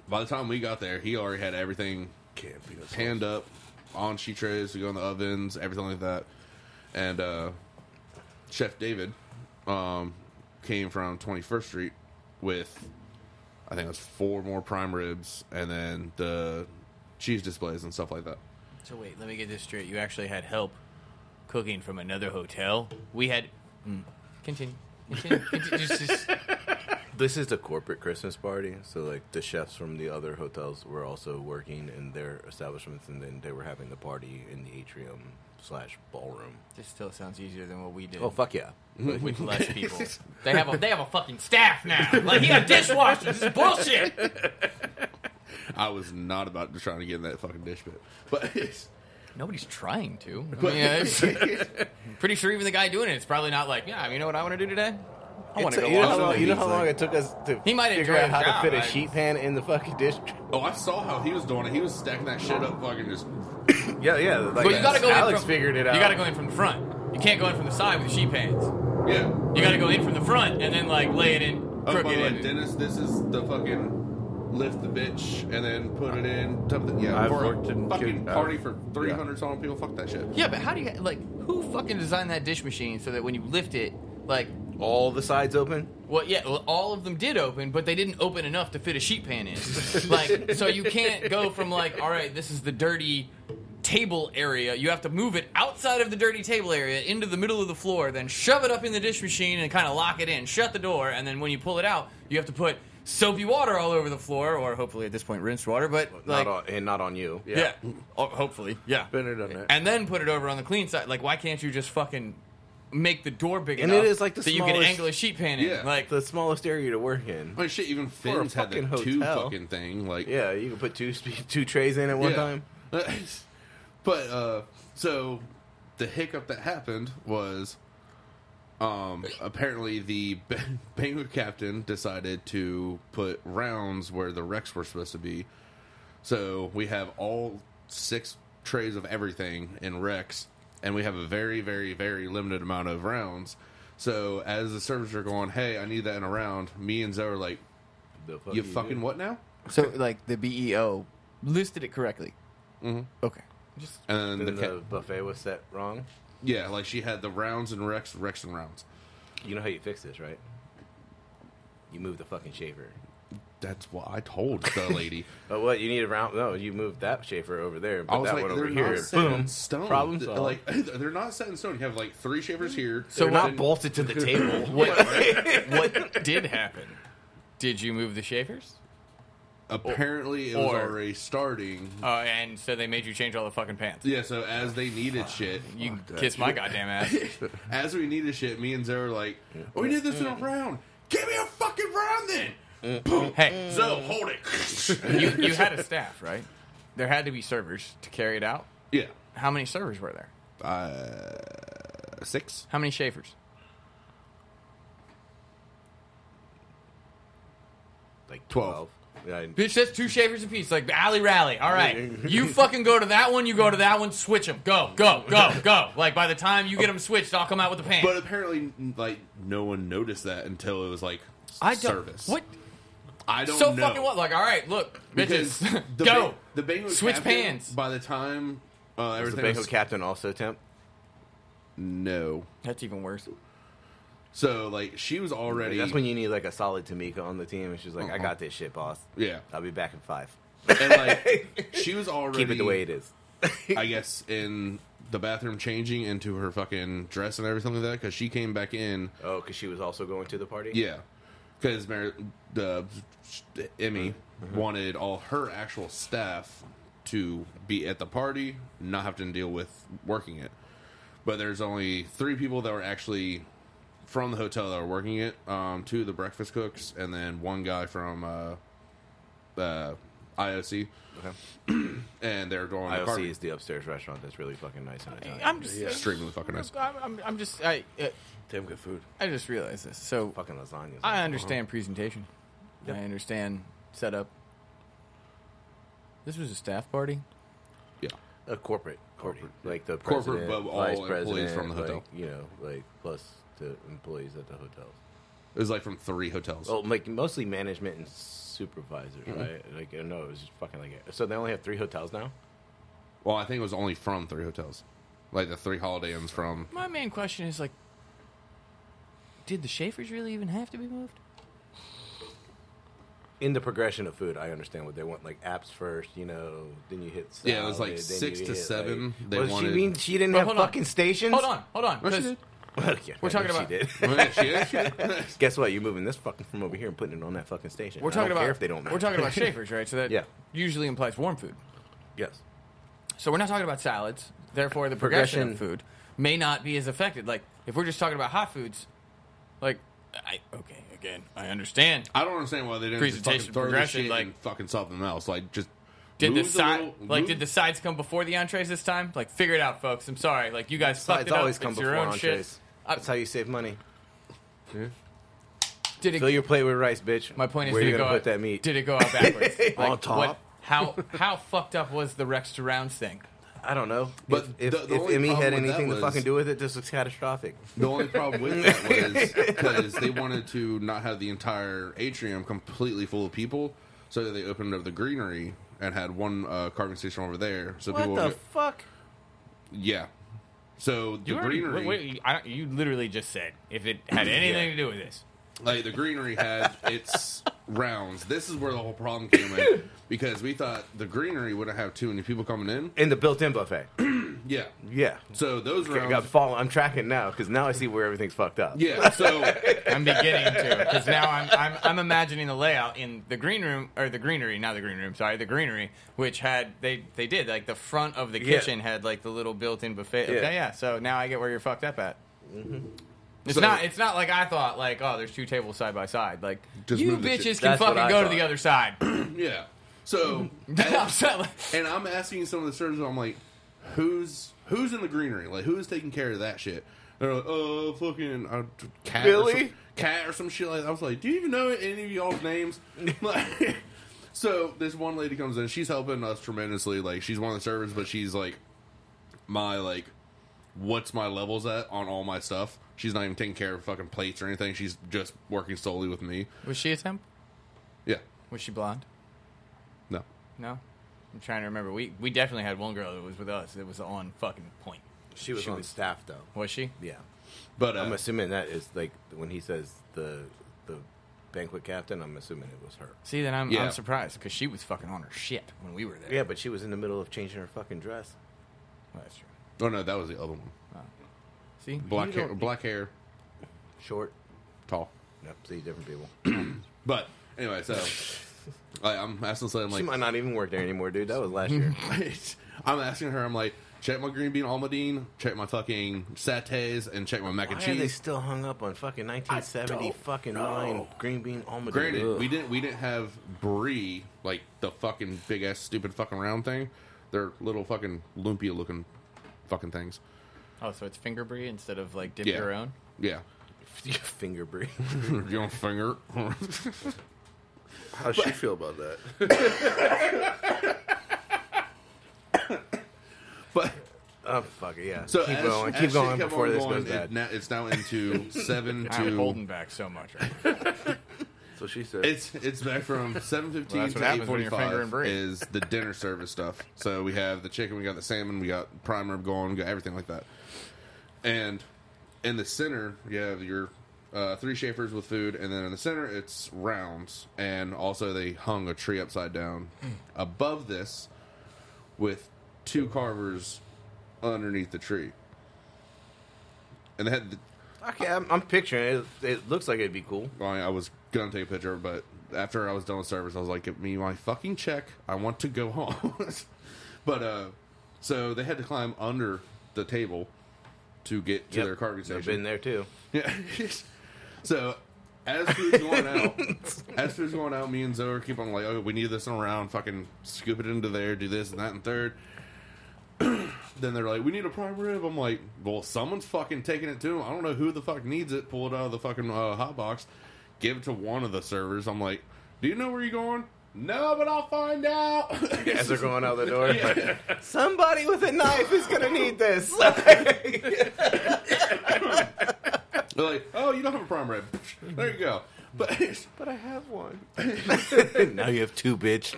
[SPEAKER 4] by the time we got there, he already had everything
[SPEAKER 1] Can't beat us.
[SPEAKER 4] panned up on sheet trays to go in the ovens, everything like that. And uh, Chef David um, came from 21st Street with, I think it was four more prime ribs and then the cheese displays and stuff like that.
[SPEAKER 3] So wait, let me get this straight. You actually had help cooking from another hotel. We had. Mm. Continue. Continue. Continue. Just- just-
[SPEAKER 6] This is the corporate Christmas party, so like the chefs from the other hotels were also working in their establishments, and then they were having the party in the atrium slash ballroom.
[SPEAKER 3] This still sounds easier than what we did.
[SPEAKER 6] Oh fuck yeah!
[SPEAKER 3] With less people, they have a they have a fucking staff now. Like you got dishwashers. This is bullshit.
[SPEAKER 4] I was not about to trying to get in that fucking dish pit. But it's,
[SPEAKER 3] Nobody's trying to. I mean, it's- pretty sure even the guy doing it is probably not like, yeah, you know what I want to do today? I want to go
[SPEAKER 6] It's- you know how
[SPEAKER 3] watch
[SPEAKER 6] long,
[SPEAKER 3] the
[SPEAKER 6] you know
[SPEAKER 3] movies."
[SPEAKER 6] how long it took us to
[SPEAKER 3] He might enjoy
[SPEAKER 6] figure out
[SPEAKER 3] his
[SPEAKER 6] how
[SPEAKER 3] job,
[SPEAKER 6] to fit a
[SPEAKER 3] right?
[SPEAKER 6] sheet pan in the fucking dish.
[SPEAKER 4] oh, I saw how he was doing it. He was stacking that shit up fucking just.
[SPEAKER 6] Yeah, yeah. Like,
[SPEAKER 3] Well, you gotta go in
[SPEAKER 6] Alex
[SPEAKER 3] from,
[SPEAKER 6] figured it out.
[SPEAKER 3] You gotta go in from the front. You can't go in from the side with sheet pans.
[SPEAKER 4] Yeah.
[SPEAKER 3] You gotta go in from the front and then like lay it in
[SPEAKER 4] Oh, by
[SPEAKER 3] crooked.
[SPEAKER 4] the way,
[SPEAKER 3] and-
[SPEAKER 4] Dennis, this is the fucking lift the bitch and then put it in. Type of, yeah,
[SPEAKER 1] I've
[SPEAKER 4] for
[SPEAKER 1] worked
[SPEAKER 4] a
[SPEAKER 1] in
[SPEAKER 4] fucking
[SPEAKER 1] kid-
[SPEAKER 4] party
[SPEAKER 1] I've-
[SPEAKER 4] for 300 something people. Fuck that shit.
[SPEAKER 3] yeah, but how do you like who fucking designed that dish machine so that when you lift it, like
[SPEAKER 6] all the sides open.
[SPEAKER 3] well, yeah, well, all of them did open, but they didn't open enough to fit a sheet pan in. like, so you can't go from like, all right, this is the dirty table area. You have to move it outside of the dirty table area into the middle of the floor, then shove it up in the dish machine and kind of lock it in, shut the door, and then when you pull it out, you have to put soapy water all over the floor, or hopefully at this point rinsed water. But like,
[SPEAKER 6] not on, and not on you.
[SPEAKER 3] yeah, Oh, hopefully, yeah.
[SPEAKER 1] Been there, done that.
[SPEAKER 3] And then put it over on the clean side. Like, why can't you just fucking make the door big
[SPEAKER 6] And
[SPEAKER 3] enough
[SPEAKER 6] it is, like, the
[SPEAKER 3] that you can
[SPEAKER 6] smallest-
[SPEAKER 3] angle a sheet pan in?
[SPEAKER 4] Yeah.
[SPEAKER 3] Like,
[SPEAKER 6] The smallest area to work in.
[SPEAKER 4] Like shit, even
[SPEAKER 6] a
[SPEAKER 4] Finn's had the
[SPEAKER 6] fucking
[SPEAKER 4] two
[SPEAKER 6] hotel.
[SPEAKER 4] fucking thing. Like
[SPEAKER 6] Yeah, you can put two sp- two trays in at one
[SPEAKER 4] Yeah.
[SPEAKER 6] time.
[SPEAKER 4] but uh, so the hiccup that happened was, um, apparently the ban- banquet captain decided to put rounds where the wrecks were supposed to be. So we have all six trays of everything in wrecks, and we have a very, very, very limited amount of rounds. So as the servers are going, hey, I need that in a round. Me and Zoe are like,
[SPEAKER 6] The fuck
[SPEAKER 4] you
[SPEAKER 6] do
[SPEAKER 4] fucking
[SPEAKER 6] do?
[SPEAKER 4] what now?
[SPEAKER 7] So, like, the BEO listed it correctly. Mm-hmm. Okay.
[SPEAKER 4] And
[SPEAKER 6] Then
[SPEAKER 4] the,
[SPEAKER 6] the,
[SPEAKER 4] cat,
[SPEAKER 6] buffet was set wrong.
[SPEAKER 4] yeah, like she had the rounds and Rex, Rex and rounds.
[SPEAKER 6] You know how you fix this, right? You move the fucking shaver.
[SPEAKER 4] That's what I told the lady.
[SPEAKER 6] But what you need a round? No, you move that shaver over there. But
[SPEAKER 4] I was
[SPEAKER 6] that
[SPEAKER 4] like,
[SPEAKER 6] one
[SPEAKER 4] they're
[SPEAKER 6] over
[SPEAKER 4] not
[SPEAKER 6] here.
[SPEAKER 4] set in
[SPEAKER 6] Boom.
[SPEAKER 4] stone.
[SPEAKER 6] Problem
[SPEAKER 4] Th-
[SPEAKER 6] solved.
[SPEAKER 4] Like they're not set in stone. You have like three shavers here.
[SPEAKER 3] So
[SPEAKER 4] They're
[SPEAKER 3] not
[SPEAKER 4] in-
[SPEAKER 6] bolted to the table.
[SPEAKER 3] What, what did happen? Did you move the shavers?
[SPEAKER 4] Apparently, it was
[SPEAKER 3] Or-
[SPEAKER 4] already starting.
[SPEAKER 3] Uh, and so they made you change all the fucking pants.
[SPEAKER 4] Yeah. So as they needed shit,
[SPEAKER 3] You can kiss my goddamn ass.
[SPEAKER 4] as we needed shit, me and Zara were like, "Oh, we need this in
[SPEAKER 3] Mm.
[SPEAKER 4] a round. Give me a fucking round then."
[SPEAKER 3] hey,
[SPEAKER 4] So hold it.
[SPEAKER 3] you, you had a staff, right? There had to be servers to carry it out.
[SPEAKER 4] yeah.
[SPEAKER 3] How many servers were there?
[SPEAKER 4] Six.
[SPEAKER 3] How many shavers?
[SPEAKER 6] Like twelve.
[SPEAKER 4] Twelve.
[SPEAKER 6] Yeah, I-
[SPEAKER 3] Bitch, that's two shavers apiece. Like alley rally. All right, you fucking go to that one. You go to that one. Switch them. Go, go, go, go. Like by the time you get them switched, I'll come out with the pants.
[SPEAKER 4] But apparently, like no one noticed that until it was like s-
[SPEAKER 3] I don't.
[SPEAKER 4] service.
[SPEAKER 3] What?
[SPEAKER 4] I don't
[SPEAKER 3] So
[SPEAKER 4] know.
[SPEAKER 3] fucking what? Like all right, look,
[SPEAKER 4] Because
[SPEAKER 3] bitches,
[SPEAKER 4] the
[SPEAKER 3] go.
[SPEAKER 4] Ba- the Bengals
[SPEAKER 3] switch
[SPEAKER 4] captain,
[SPEAKER 3] pants.
[SPEAKER 4] By the time uh,
[SPEAKER 6] Was the
[SPEAKER 4] everything
[SPEAKER 6] Bengal
[SPEAKER 4] was,
[SPEAKER 6] captain also temp?
[SPEAKER 4] no.
[SPEAKER 3] That's even worse.
[SPEAKER 4] So like she was already.
[SPEAKER 6] That's when you need like a solid Tamika on the team, and she's like, "I
[SPEAKER 4] Uh-huh.
[SPEAKER 6] got this shit, boss.
[SPEAKER 4] Yeah.
[SPEAKER 6] I'll be back in five.
[SPEAKER 4] and, like she was already
[SPEAKER 6] Keep it the way it is."
[SPEAKER 4] I guess in the bathroom changing into her fucking dress and everything like that because she came back in.
[SPEAKER 6] Oh, because she was also going to the party.
[SPEAKER 4] Yeah, because Mar- the Emmy wanted all her actual staff to be at the party, not have to deal with working it. But there's only three people that were actually from the hotel that were working it. Um, two of the breakfast cooks, and then one guy from uh, uh, IOC.
[SPEAKER 6] Okay.
[SPEAKER 4] and they're going. the
[SPEAKER 6] IOC
[SPEAKER 4] party.
[SPEAKER 6] is the upstairs restaurant that's really fucking nice in Italian.
[SPEAKER 3] I'm just
[SPEAKER 4] extremely fucking nice.
[SPEAKER 3] I'm, I'm, I'm just I uh,
[SPEAKER 1] Damn good food.
[SPEAKER 3] I just realized this. So
[SPEAKER 6] fucking lasagna.
[SPEAKER 3] I understand presentation. I understand setup. This was a staff party.
[SPEAKER 4] Yeah.
[SPEAKER 6] a corporate, corporate, like the
[SPEAKER 4] Corporate,
[SPEAKER 6] president,
[SPEAKER 4] but all
[SPEAKER 6] vice
[SPEAKER 4] employees
[SPEAKER 6] president,
[SPEAKER 4] from the
[SPEAKER 6] like,
[SPEAKER 4] hotel.
[SPEAKER 6] You know, like plus the employees at the hotels.
[SPEAKER 4] It was like from three hotels.
[SPEAKER 6] Well, like mostly management and supervisors, right? Like no, it was just fucking like so they only have three hotels now.
[SPEAKER 4] Well, I think it was only from three hotels, like the three Holiday Inns from.
[SPEAKER 3] My main question is like, did the Schaefer's really even have to be moved?
[SPEAKER 6] In the progression of food, I understand what they want. Like apps first, you know. Then you hit. Salad,
[SPEAKER 4] Yeah, it was, like,
[SPEAKER 6] then
[SPEAKER 4] six
[SPEAKER 6] you
[SPEAKER 4] to
[SPEAKER 6] hit,
[SPEAKER 4] seven,
[SPEAKER 6] Like,
[SPEAKER 4] they
[SPEAKER 6] well,
[SPEAKER 4] wanted-
[SPEAKER 6] she mean she didn't
[SPEAKER 3] But
[SPEAKER 6] have
[SPEAKER 3] hold on.
[SPEAKER 6] fucking stations.
[SPEAKER 3] Hold on, hold on.
[SPEAKER 4] Oh, she
[SPEAKER 3] 'cause
[SPEAKER 4] did.
[SPEAKER 6] yeah,
[SPEAKER 3] We're
[SPEAKER 6] I
[SPEAKER 3] talking
[SPEAKER 6] know
[SPEAKER 3] about-
[SPEAKER 6] She did.
[SPEAKER 4] Yeah, she is, she is.
[SPEAKER 6] Guess what? You're moving this fucking from over here and putting it on that fucking station.
[SPEAKER 3] We're
[SPEAKER 6] I don't
[SPEAKER 3] talking about
[SPEAKER 6] care if they don't.
[SPEAKER 3] We're
[SPEAKER 6] match.
[SPEAKER 3] talking about Schaefer's, right? So that
[SPEAKER 6] Yeah.
[SPEAKER 3] usually implies warm food.
[SPEAKER 6] yes.
[SPEAKER 3] So we're not talking about salads. Therefore, the progression, of
[SPEAKER 6] Progression.
[SPEAKER 3] food may not be as affected. Like if we're just talking about hot foods, like I okay again, I understand.
[SPEAKER 4] I don't understand why they didn't just fucking
[SPEAKER 3] Presentation,
[SPEAKER 4] throw this
[SPEAKER 3] progression,
[SPEAKER 4] shit
[SPEAKER 3] like-
[SPEAKER 4] and fucking something else. Like just
[SPEAKER 3] Did the
[SPEAKER 4] move
[SPEAKER 3] side
[SPEAKER 4] little-
[SPEAKER 3] like
[SPEAKER 4] move-
[SPEAKER 3] did the sides come before the entrees this time? Like figure it out, folks. I'm sorry. Like you guys fucked
[SPEAKER 6] Sides
[SPEAKER 3] it up.
[SPEAKER 6] always come
[SPEAKER 3] it's
[SPEAKER 6] before
[SPEAKER 3] your own
[SPEAKER 6] entrees.
[SPEAKER 3] shit. Uh,
[SPEAKER 6] That's how you save money.
[SPEAKER 3] I, did it,
[SPEAKER 6] Fill your plate with rice, bitch.
[SPEAKER 3] my point is,
[SPEAKER 6] where
[SPEAKER 3] did
[SPEAKER 6] you
[SPEAKER 3] it
[SPEAKER 6] gonna
[SPEAKER 3] go
[SPEAKER 6] put
[SPEAKER 3] out,
[SPEAKER 6] that meat?
[SPEAKER 3] Did it go out backwards? like,
[SPEAKER 1] On top?
[SPEAKER 3] What, how how fucked up was the Rex to Rounds thing?
[SPEAKER 6] I don't know.
[SPEAKER 4] But
[SPEAKER 6] if,
[SPEAKER 4] the-
[SPEAKER 6] if,
[SPEAKER 4] the
[SPEAKER 6] if
[SPEAKER 4] only
[SPEAKER 6] Emmy
[SPEAKER 4] problem
[SPEAKER 6] had
[SPEAKER 4] with that
[SPEAKER 6] anything
[SPEAKER 4] was-
[SPEAKER 6] to fucking do with it, this looks catastrophic.
[SPEAKER 4] The only problem with that was because they wanted to not have the entire atrium completely full of people, so they opened up the greenery and had one uh, carving station over there. So people, would go-
[SPEAKER 6] fuck?
[SPEAKER 4] yeah. So the
[SPEAKER 3] You already-
[SPEAKER 4] greenery,
[SPEAKER 3] wait, wait, I don't- you literally just said if it had anything to
[SPEAKER 6] Yeah.
[SPEAKER 3] do with this.
[SPEAKER 4] like the greenery had its rounds. This is where the whole problem came in because we thought the greenery wouldn't have too many people coming in.
[SPEAKER 6] In the built-in buffet.
[SPEAKER 4] Yeah.
[SPEAKER 6] Yeah.
[SPEAKER 4] So those
[SPEAKER 6] I got
[SPEAKER 4] rounds.
[SPEAKER 6] follow. I'm tracking now because now I see where everything's fucked up.
[SPEAKER 4] Yeah. So
[SPEAKER 3] I'm beginning to because now I'm, I'm I'm imagining the layout in the green room or the greenery, not the green room, sorry, the greenery, which had they they did like the front of the
[SPEAKER 6] Yeah.
[SPEAKER 3] kitchen had like the little built-in buffet.
[SPEAKER 6] Yeah. Mm-hmm.
[SPEAKER 3] Okay, yeah. So now I get where you're fucked up at. It's
[SPEAKER 4] So-
[SPEAKER 3] not it's not like I thought like oh there's two tables side by side like
[SPEAKER 4] Just
[SPEAKER 3] you
[SPEAKER 4] move the shit.
[SPEAKER 3] bitches can
[SPEAKER 6] That's what
[SPEAKER 3] fucking
[SPEAKER 6] I
[SPEAKER 3] go to
[SPEAKER 6] thought.
[SPEAKER 3] the other side.
[SPEAKER 4] yeah. So
[SPEAKER 3] I'm sorry, like,
[SPEAKER 4] and I'm asking some of the servers, I'm like, who's who's in the greenery? Like who's taking care of that shit? They're like, oh fucking uh, cat, or
[SPEAKER 6] Billy?
[SPEAKER 4] some, cat or some shit like that. I was like, do you even know any of y'all's names? Like, so this one lady comes in, she's helping us tremendously. Like she's one of the servers, but she's like my like what's my levels at on all my stuff. She's not even taking care of fucking plates or anything. She's just working solely with me.
[SPEAKER 3] was she a temp?
[SPEAKER 4] Yeah.
[SPEAKER 3] Was she blonde? No, I'm trying to remember. We we definitely had one girl that was with us. that was on fucking point.
[SPEAKER 6] She was on staff though.
[SPEAKER 3] Was she?
[SPEAKER 6] Yeah,
[SPEAKER 4] But uh,
[SPEAKER 6] I'm assuming that is like when he says the the banquet captain. I'm assuming it was her.
[SPEAKER 3] See, then I'm
[SPEAKER 4] Yeah.
[SPEAKER 3] I'm surprised because she was fucking on her shit when we were there.
[SPEAKER 6] Yeah, but she was in the middle of changing her fucking dress.
[SPEAKER 3] Well, that's true.
[SPEAKER 4] oh no, that was the other one.
[SPEAKER 3] See, You
[SPEAKER 4] Black hair,
[SPEAKER 3] don't-
[SPEAKER 4] black hair,
[SPEAKER 6] Short.
[SPEAKER 4] tall.
[SPEAKER 6] Yep, see different people.
[SPEAKER 4] But anyway, so I, I'm asking Slay. I'm
[SPEAKER 6] she
[SPEAKER 4] like,
[SPEAKER 6] might not even work there anymore, dude. That was last year.
[SPEAKER 4] I'm asking her. I'm like, check my green bean almadine, check my fucking satays, and check my mac
[SPEAKER 6] Why
[SPEAKER 4] and
[SPEAKER 6] are they
[SPEAKER 4] cheese.
[SPEAKER 6] still hung up on fucking 1970 fucking nine green bean almond?
[SPEAKER 4] Granted, we didn't we didn't have brie like the fucking big ass stupid fucking round thing. They're little fucking lumpia looking fucking things.
[SPEAKER 3] Oh, so it's finger brie instead of like dip
[SPEAKER 4] Yeah.
[SPEAKER 3] your own.
[SPEAKER 4] Yeah,
[SPEAKER 6] finger breed.
[SPEAKER 4] you don't finger.
[SPEAKER 1] How's she feel about that?
[SPEAKER 4] but
[SPEAKER 6] oh fuck it, yeah.
[SPEAKER 4] so
[SPEAKER 6] keep
[SPEAKER 4] as-
[SPEAKER 6] going,
[SPEAKER 4] as
[SPEAKER 6] keep
[SPEAKER 4] she
[SPEAKER 6] going
[SPEAKER 4] kept
[SPEAKER 6] before
[SPEAKER 4] on
[SPEAKER 6] this
[SPEAKER 4] going,
[SPEAKER 6] goes
[SPEAKER 4] it
[SPEAKER 6] bad.
[SPEAKER 4] now- it's now into seven
[SPEAKER 3] I'm holding
[SPEAKER 4] to.
[SPEAKER 3] back so much. Right
[SPEAKER 1] So she said.
[SPEAKER 4] It's it's back from seven fifteen
[SPEAKER 3] Well, that's what
[SPEAKER 4] to eight
[SPEAKER 3] happens when
[SPEAKER 4] forty
[SPEAKER 3] you're fingering
[SPEAKER 4] five
[SPEAKER 3] brie.
[SPEAKER 4] is the dinner service stuff. So we have the chicken, we got the salmon, we got prime rib going, we got everything like that. And in the center, you have your uh, three shapers with food, and then in the center it's rounds. And also they hung a tree upside down
[SPEAKER 3] Hmm.
[SPEAKER 4] above this with two carvers underneath the tree. And they had the,
[SPEAKER 6] Okay, I'm, I'm picturing it. It looks like it'd be cool.
[SPEAKER 4] well, I was gonna take a picture, but after I was done with service, I was like, "Give me my fucking check. I want to go home." but uh, so they had to climb under the table to get to
[SPEAKER 6] Yep,
[SPEAKER 4] their carving
[SPEAKER 6] I've
[SPEAKER 4] station.
[SPEAKER 6] been there too.
[SPEAKER 4] Yeah. so as food's going out, as food's going out, me and Zoe keep on like, oh, we need this around. Fucking scoop it into there, do this and that and third. then they're like, we need a prime rib. I'm like, well, someone's fucking taking it to him. I don't know who the fuck needs it. Pull it out of the fucking uh, hot box, give it to one of the servers. I'm like, do you know where you're going? No, but I'll find out.
[SPEAKER 6] As they're going out the door, somebody with a knife is gonna need this.
[SPEAKER 4] They're like, oh, you don't have a prime rib. There you go. But
[SPEAKER 6] but I have one. now you have two, bitch.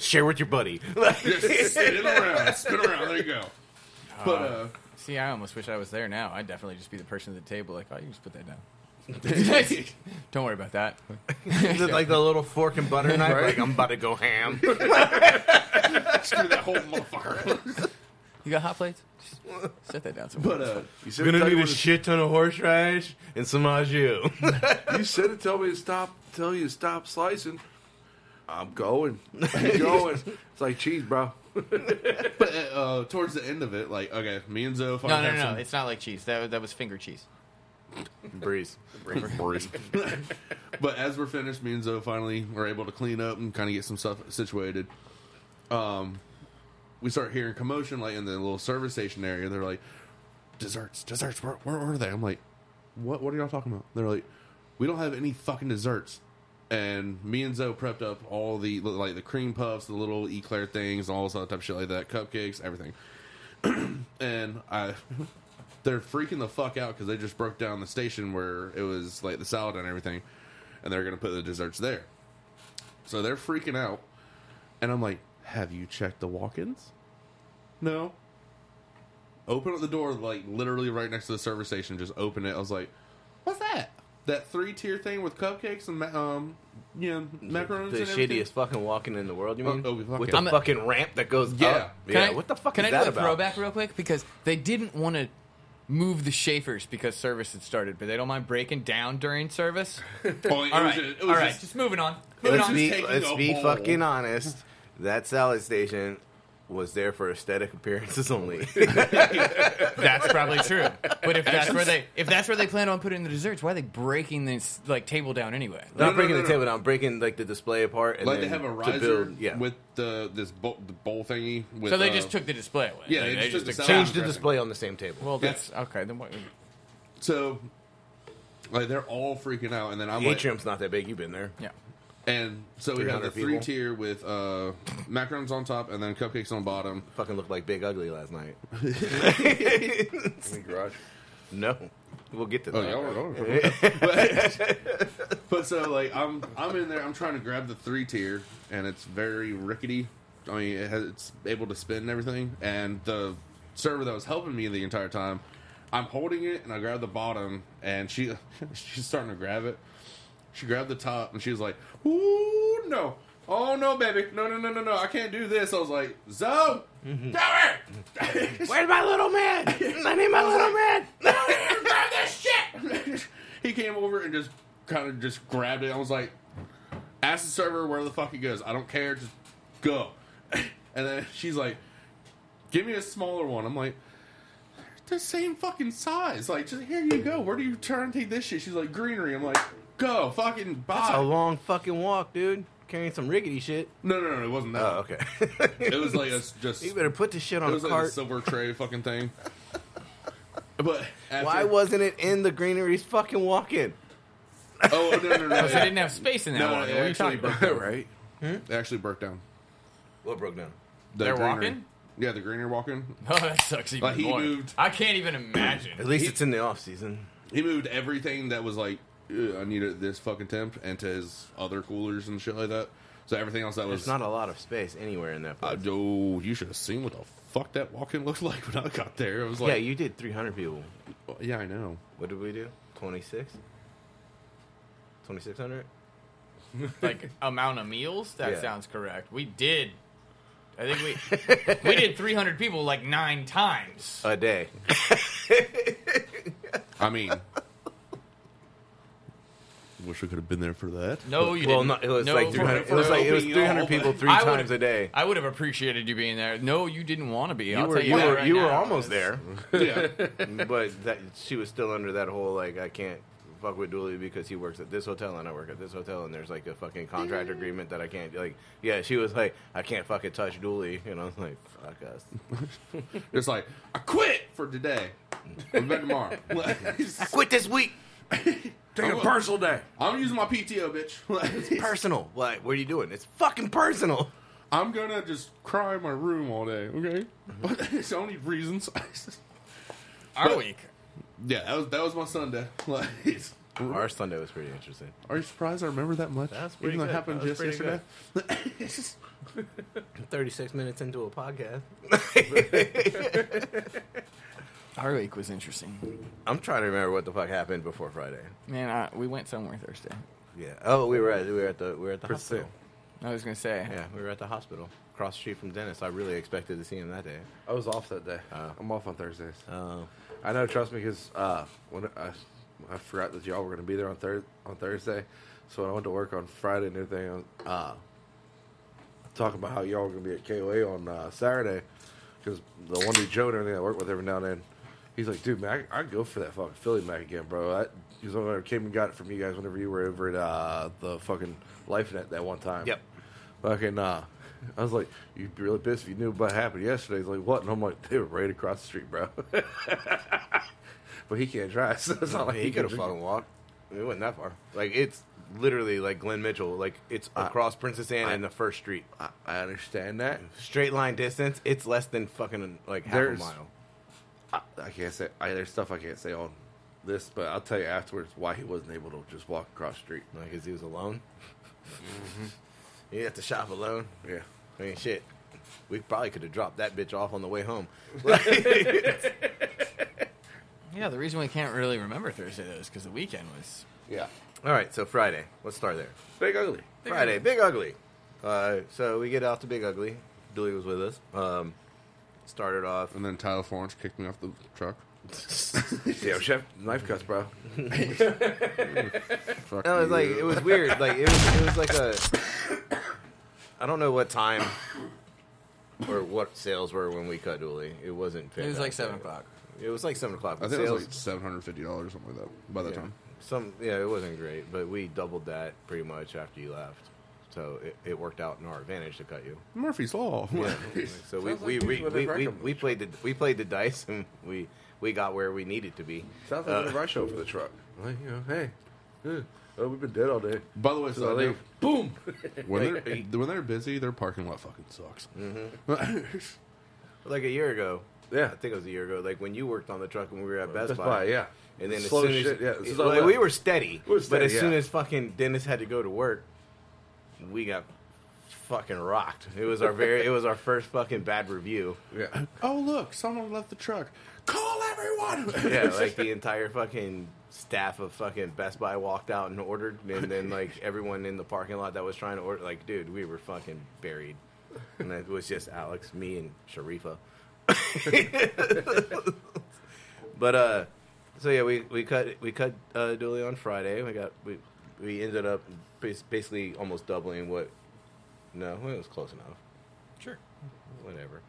[SPEAKER 6] Share with your buddy.
[SPEAKER 4] Just spin it around, spin it around. There you go. But uh,
[SPEAKER 3] See, I almost wish I was there now. I'd definitely just be the person at the table, like, oh, you can just put that down. Don't worry about that.
[SPEAKER 6] Is it like the little fork and butter knife? Like I'm about to go ham.
[SPEAKER 4] screw that whole motherfucker.
[SPEAKER 3] You got hot plates? Just set that down somewhere.
[SPEAKER 4] But uh,
[SPEAKER 1] you said to
[SPEAKER 6] Gonna
[SPEAKER 1] tell you
[SPEAKER 6] need a
[SPEAKER 1] when to-
[SPEAKER 6] shit ton of horse radish and some au jus.
[SPEAKER 1] You said to tell me to stop. Tell you to stop slicing. I'm going. I'm going. It's like cheese, bro.
[SPEAKER 4] but uh, uh, towards the end of it, like okay, me and Zoe.
[SPEAKER 3] no, no, no, no. It's not like cheese. That, that was finger cheese.
[SPEAKER 6] Breeze.
[SPEAKER 4] but as we're finished, me and Zoe finally were able to clean up and kind of get some stuff situated. Um, we start hearing commotion like in the little service station area. They're like, desserts, desserts. Where, where are they? I'm like, what? What are y'all talking about? They're like, we don't have any fucking desserts. And me and Zoe prepped up all the like the cream puffs, the little eclair things, all this other type of shit like that, cupcakes, everything. and I, they're freaking the fuck out because they just broke down the station where it was like the salad and everything, and they're gonna put the desserts there. So they're freaking out, and I'm like, "Have you checked the walk-ins?" No. Open up the door, like literally right next to the service station. Just open it. I was like, "What's that?" That three-tier thing with cupcakes and ma- um, you know, macarons.
[SPEAKER 6] The
[SPEAKER 4] and everything?
[SPEAKER 6] shittiest fucking walking in the world, you mean?
[SPEAKER 4] Oh, oh, fuck
[SPEAKER 6] with
[SPEAKER 4] yeah.
[SPEAKER 6] the
[SPEAKER 4] I'm
[SPEAKER 3] a-
[SPEAKER 6] fucking ramp that goes
[SPEAKER 4] Yeah.
[SPEAKER 6] up.
[SPEAKER 4] Can
[SPEAKER 6] yeah,
[SPEAKER 3] I-
[SPEAKER 6] what the fuck
[SPEAKER 3] Can
[SPEAKER 6] is
[SPEAKER 3] I
[SPEAKER 6] that
[SPEAKER 3] do a
[SPEAKER 6] about?
[SPEAKER 3] throwback real quick? Because they didn't want to move the Schaefer's because service had started, but they don't mind breaking down during service.
[SPEAKER 4] Oh, it
[SPEAKER 3] All
[SPEAKER 4] was
[SPEAKER 3] right,
[SPEAKER 4] just- it was
[SPEAKER 3] all right,
[SPEAKER 4] just-
[SPEAKER 3] just moving on. Moving
[SPEAKER 6] Let's
[SPEAKER 3] on.
[SPEAKER 6] be,
[SPEAKER 4] taking
[SPEAKER 6] let's
[SPEAKER 4] a
[SPEAKER 6] be
[SPEAKER 4] bowl.
[SPEAKER 6] fucking honest. That salad station was there for aesthetic appearances only.
[SPEAKER 3] That's probably true. But if that's where they if that's where they plan on putting the desserts, why are they breaking this like table down anyway?
[SPEAKER 6] Not
[SPEAKER 4] no,
[SPEAKER 6] breaking
[SPEAKER 4] no,
[SPEAKER 6] the
[SPEAKER 4] no.
[SPEAKER 6] table down, breaking like the display apart. And
[SPEAKER 4] like they
[SPEAKER 6] then
[SPEAKER 4] have a
[SPEAKER 6] to
[SPEAKER 4] riser
[SPEAKER 6] build, yeah.
[SPEAKER 4] with the this bowl, the bowl thingy. With,
[SPEAKER 3] So they
[SPEAKER 4] uh,
[SPEAKER 3] just took the display away.
[SPEAKER 4] Yeah,
[SPEAKER 3] Like,
[SPEAKER 4] they just took the salad.
[SPEAKER 6] change the display on the same table.
[SPEAKER 3] Well,
[SPEAKER 4] Yeah.
[SPEAKER 3] that's okay. Then what?
[SPEAKER 4] so like they're all freaking out, and then I'm
[SPEAKER 6] the
[SPEAKER 4] like,
[SPEAKER 6] atrium's not that big. You've been there.
[SPEAKER 3] Yeah.
[SPEAKER 4] and so we have the
[SPEAKER 6] 300 people.
[SPEAKER 4] three tier with uh, macarons on top and then cupcakes on bottom.
[SPEAKER 6] Fucking looked like Big Ugly last night.
[SPEAKER 1] In the garage.
[SPEAKER 6] no, We'll get to
[SPEAKER 4] Oh,
[SPEAKER 6] that.
[SPEAKER 4] y'all are going. but, but so like I'm I'm in there. I'm trying to grab the three tier, and it's very rickety. I mean, it has, it's able to spin and everything. And the server that was helping me the entire time, I'm holding it, and I grab the bottom, and she she's starting to grab it. She grabbed the top, and she was like, "Ooh no." Oh no, baby! No, no, no, no, no! I can't do this. I was like, "Zo, do it!
[SPEAKER 6] Where's my little man? I need my little man.
[SPEAKER 4] grab this shit! he came over and just kind of just grabbed it. I was like, ask the server where the fuck it goes. I don't care. Just go. and then she's like, give me a smaller one. I'm like, they're the same fucking size. Like, just here you go. Where do you turn to take this shit? She's like, greenery. I'm like, go fucking
[SPEAKER 6] That's
[SPEAKER 4] buy.
[SPEAKER 6] a long fucking walk, dude. Carrying some rickety shit.
[SPEAKER 4] no, no, no, it wasn't that.
[SPEAKER 6] Oh, okay.
[SPEAKER 4] It was like a just.
[SPEAKER 6] you better put this shit
[SPEAKER 4] it
[SPEAKER 6] on a
[SPEAKER 4] was like a
[SPEAKER 6] cart.
[SPEAKER 4] silver tray fucking thing. But after,
[SPEAKER 6] Why wasn't it in the greenery's fucking walk-in?
[SPEAKER 4] oh no no no,
[SPEAKER 3] Because I
[SPEAKER 4] yeah.
[SPEAKER 3] didn't have space in that
[SPEAKER 4] No,
[SPEAKER 3] one.
[SPEAKER 4] no,
[SPEAKER 3] What
[SPEAKER 4] it
[SPEAKER 3] are you
[SPEAKER 4] actually
[SPEAKER 3] talking about?
[SPEAKER 4] broke down, right? It actually broke down.
[SPEAKER 6] What broke down?
[SPEAKER 4] The
[SPEAKER 3] They're
[SPEAKER 4] greenery-
[SPEAKER 3] walking?
[SPEAKER 4] Yeah, the greener walking.
[SPEAKER 3] Oh, that sucks even
[SPEAKER 4] Like, he
[SPEAKER 3] more.
[SPEAKER 4] moved-
[SPEAKER 3] I can't even imagine.
[SPEAKER 6] At least it's in the off season.
[SPEAKER 4] He moved everything that was like, "Ugh, I need it this fucking temp, and to his other coolers and shit like that. So everything else that was
[SPEAKER 6] There's not a lot of space anywhere in that
[SPEAKER 4] I-
[SPEAKER 6] place.
[SPEAKER 4] oh, you should have seen what the fuck that walking looked like when I got there. It was
[SPEAKER 6] yeah,
[SPEAKER 4] like,
[SPEAKER 6] you did 300 people.
[SPEAKER 4] yeah, I know.
[SPEAKER 6] What did we do? 26? 2600?
[SPEAKER 3] like amount of meals. That
[SPEAKER 6] Yeah.
[SPEAKER 3] sounds correct. We did. I think we we did 300 people like nine times.
[SPEAKER 6] A day.
[SPEAKER 4] I mean, wish I could have been there for that.
[SPEAKER 3] no, you
[SPEAKER 6] well,
[SPEAKER 3] didn't.
[SPEAKER 6] no, it was
[SPEAKER 3] no,
[SPEAKER 6] like 300. It was
[SPEAKER 3] no.
[SPEAKER 6] like it was
[SPEAKER 4] Opening
[SPEAKER 6] 300
[SPEAKER 4] all
[SPEAKER 6] people
[SPEAKER 4] the-
[SPEAKER 6] three
[SPEAKER 3] I would've-
[SPEAKER 6] times a day.
[SPEAKER 3] I would have appreciated you being there. No, you didn't want to be.
[SPEAKER 6] You
[SPEAKER 3] I'll
[SPEAKER 6] were
[SPEAKER 3] tell you
[SPEAKER 6] you
[SPEAKER 3] that
[SPEAKER 6] were
[SPEAKER 3] right
[SPEAKER 6] you were
[SPEAKER 3] now.
[SPEAKER 6] almost there,
[SPEAKER 4] Yeah,
[SPEAKER 6] but that she was still under that whole like I can't fuck with Dooley because he works at this hotel and I work at this hotel and there's like a fucking contract agreement that I can't like. Yeah, she was like I can't fucking touch Dooley, and I was like fuck us.
[SPEAKER 4] it's like I quit for today. I'm back tomorrow.
[SPEAKER 6] Quit this week.
[SPEAKER 1] Take a personal day.
[SPEAKER 4] I'm using my PTO, bitch.
[SPEAKER 6] Personal. Like what are you doing? It's fucking personal.
[SPEAKER 4] I'm gonna just cry in my room all day, okay? it's the only reasons.
[SPEAKER 3] Our week.
[SPEAKER 4] yeah, that was that was my Sunday. Like,
[SPEAKER 6] Our Sunday was pretty interesting.
[SPEAKER 4] are you surprised I remember that much?
[SPEAKER 6] That's pretty
[SPEAKER 4] Even though
[SPEAKER 6] good.
[SPEAKER 4] it happened
[SPEAKER 6] That was
[SPEAKER 4] just
[SPEAKER 6] pretty
[SPEAKER 4] yesterday.
[SPEAKER 6] 36 minutes into a podcast.
[SPEAKER 7] Our week was interesting.
[SPEAKER 6] I'm trying to remember what the fuck happened before Friday.
[SPEAKER 7] Man, I, we went somewhere Thursday.
[SPEAKER 6] Yeah. Oh, we were at we were at the we were at the hospital.
[SPEAKER 7] I was gonna say.
[SPEAKER 6] Yeah, we were at the hospital across the street from Dennis. I really expected to see him that day.
[SPEAKER 1] I was off that day. I'm off on Thursdays.
[SPEAKER 6] Oh,
[SPEAKER 1] I know. Trust me, because uh, when I, I forgot that y'all were going to be there on thir- on Thursday, so when I went to work on Friday and everything, I was, uh, talking about how y'all were going to be at KOA on uh, Saturday, because the one dude Joe and everything I work with every now and then, he's like, "Dude, man, I, I'd go for that fucking Philly Mac again, bro." Because I, 'cause I came and got it from you guys whenever you were over at uh, the fucking Life Net that one time.
[SPEAKER 6] Yep.
[SPEAKER 1] Fucking, uh, I was like, you'd be really pissed if you knew what happened yesterday. He's like, what? And I'm like, they were right across the street, bro. but he can't drive, so it's not like
[SPEAKER 6] he could have
[SPEAKER 1] can-
[SPEAKER 6] fucking walked. It wasn't that far. Like it's literally like Glenn Mitchell. Like it's across Princess Anne and the first street.
[SPEAKER 1] I, I understand that.
[SPEAKER 6] Straight line distance. It's less than fucking like half
[SPEAKER 1] There's-
[SPEAKER 6] a mile.
[SPEAKER 1] I, I can't say, I, there's stuff I can't say on this, but I'll tell you afterwards why he wasn't able to just walk across the street.
[SPEAKER 6] Like, cause he was alone. You have to shop alone.
[SPEAKER 1] Yeah.
[SPEAKER 6] I mean, shit. We probably could have dropped that bitch off on the way home.
[SPEAKER 3] Yeah, the reason we can't really remember Thursday though is because the weekend was.
[SPEAKER 1] Yeah.
[SPEAKER 6] All right, so Friday. Let's start there.
[SPEAKER 1] Big ugly.
[SPEAKER 6] Friday, Big Ugly. Uh, so we get out to Big Ugly. Dooley was with us. Um, started off.
[SPEAKER 4] And then Tyler Florence kicked me off the truck.
[SPEAKER 1] Yeah, chef, knife cuts, bro.
[SPEAKER 4] Fuck
[SPEAKER 6] No, it was like
[SPEAKER 4] you.
[SPEAKER 6] it was weird. Like it was, it was like a. I don't know what time or what sales were when we cut Dooley. It wasn't.
[SPEAKER 3] It was like
[SPEAKER 6] fantastic.
[SPEAKER 3] seven o'clock.
[SPEAKER 6] It was like seven o'clock.
[SPEAKER 4] I think it
[SPEAKER 6] Sales-
[SPEAKER 4] was like seven hundred fifty dollars, something like that. By that
[SPEAKER 6] Yeah.
[SPEAKER 4] time,
[SPEAKER 6] Some yeah, it wasn't great, but we doubled that pretty much after you left. So it, it worked out in our advantage to cut you.
[SPEAKER 4] Murphy's Law.
[SPEAKER 6] So we
[SPEAKER 1] Sounds
[SPEAKER 6] we,
[SPEAKER 1] like
[SPEAKER 6] we,
[SPEAKER 1] people
[SPEAKER 6] we,
[SPEAKER 1] that
[SPEAKER 6] we,
[SPEAKER 1] recommend.
[SPEAKER 6] we played the we played the dice and we we got where we needed to be.
[SPEAKER 1] Sounds
[SPEAKER 4] Uh,
[SPEAKER 1] like a rush over the truck. Like, you know, hey, eh, oh, we've been dead all day.
[SPEAKER 4] By the way, so
[SPEAKER 1] So I
[SPEAKER 4] I know-
[SPEAKER 1] leave. Boom.
[SPEAKER 4] when they're when they're busy, their parking lot fucking sucks.
[SPEAKER 6] Like a year ago.
[SPEAKER 1] Yeah.
[SPEAKER 6] I think it was a year ago. Like when you worked on the truck when we were at Best,
[SPEAKER 1] Best
[SPEAKER 6] Buy.
[SPEAKER 1] Buy, yeah.
[SPEAKER 6] And then
[SPEAKER 1] Slow
[SPEAKER 6] as soon
[SPEAKER 1] shit,
[SPEAKER 6] as
[SPEAKER 1] yeah, this is
[SPEAKER 6] like,
[SPEAKER 1] all-
[SPEAKER 6] we were steady,
[SPEAKER 1] We were steady,
[SPEAKER 6] but as soon
[SPEAKER 1] yeah.
[SPEAKER 6] as fucking Dennis had to go to work, we got fucking rocked. It was our very, it was our first fucking bad review.
[SPEAKER 1] Yeah.
[SPEAKER 4] Oh look, someone left the truck. Call everyone.
[SPEAKER 6] Yeah, like the entire fucking staff of fucking Best Buy walked out and ordered, and then like everyone in the parking lot that was trying to order, like, dude, we were fucking buried, and it was just Alex, me, and Sharifa. but uh, so yeah, we we cut we cut uh, Dooley on Friday. We got we we ended up bas- basically almost doubling what. No, it was close enough.
[SPEAKER 3] Sure.
[SPEAKER 6] Whatever.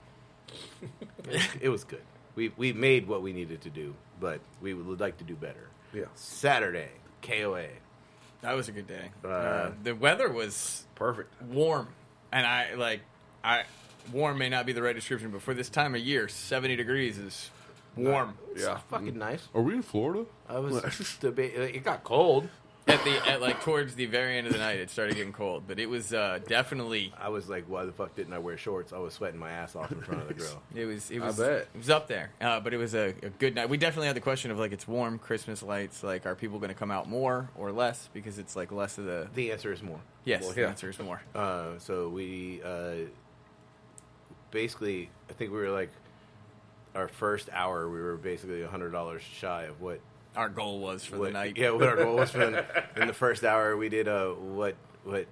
[SPEAKER 6] it was good. We we made what we needed to do, but we would like to do better.
[SPEAKER 1] Yeah.
[SPEAKER 6] Saturday, KOA.
[SPEAKER 3] That was a good day. Uh,
[SPEAKER 6] Uh,
[SPEAKER 3] the weather was
[SPEAKER 1] Perfect.
[SPEAKER 3] warm, and I like I warm may not be the right description, but for this time of year, seventy degrees is warm
[SPEAKER 1] Yeah.
[SPEAKER 6] Fucking nice.
[SPEAKER 4] Are we in Florida?
[SPEAKER 6] I was debating. It got cold.
[SPEAKER 3] at the at like towards the very end of the night. It started getting cold, but it was uh, definitely
[SPEAKER 6] I was like, why the fuck didn't I wear shorts? I was sweating my ass off in front of the grill.
[SPEAKER 3] it was it was
[SPEAKER 1] bet.
[SPEAKER 3] it was up there. Uh, but it was a, a good night. We definitely had the question of like it's warm, Christmas lights. Like, are people going to come out more or less because it's like less of the
[SPEAKER 6] The answer is more.
[SPEAKER 3] yes.
[SPEAKER 1] yeah.
[SPEAKER 3] The answer is more.
[SPEAKER 6] Uh, so we uh, basically, I think we were like our first hour. We were basically hundred dollars shy of what
[SPEAKER 3] Our goal was for
[SPEAKER 6] what-
[SPEAKER 3] the night.
[SPEAKER 6] Yeah, what our goal was for the, in the first hour. We did uh, what what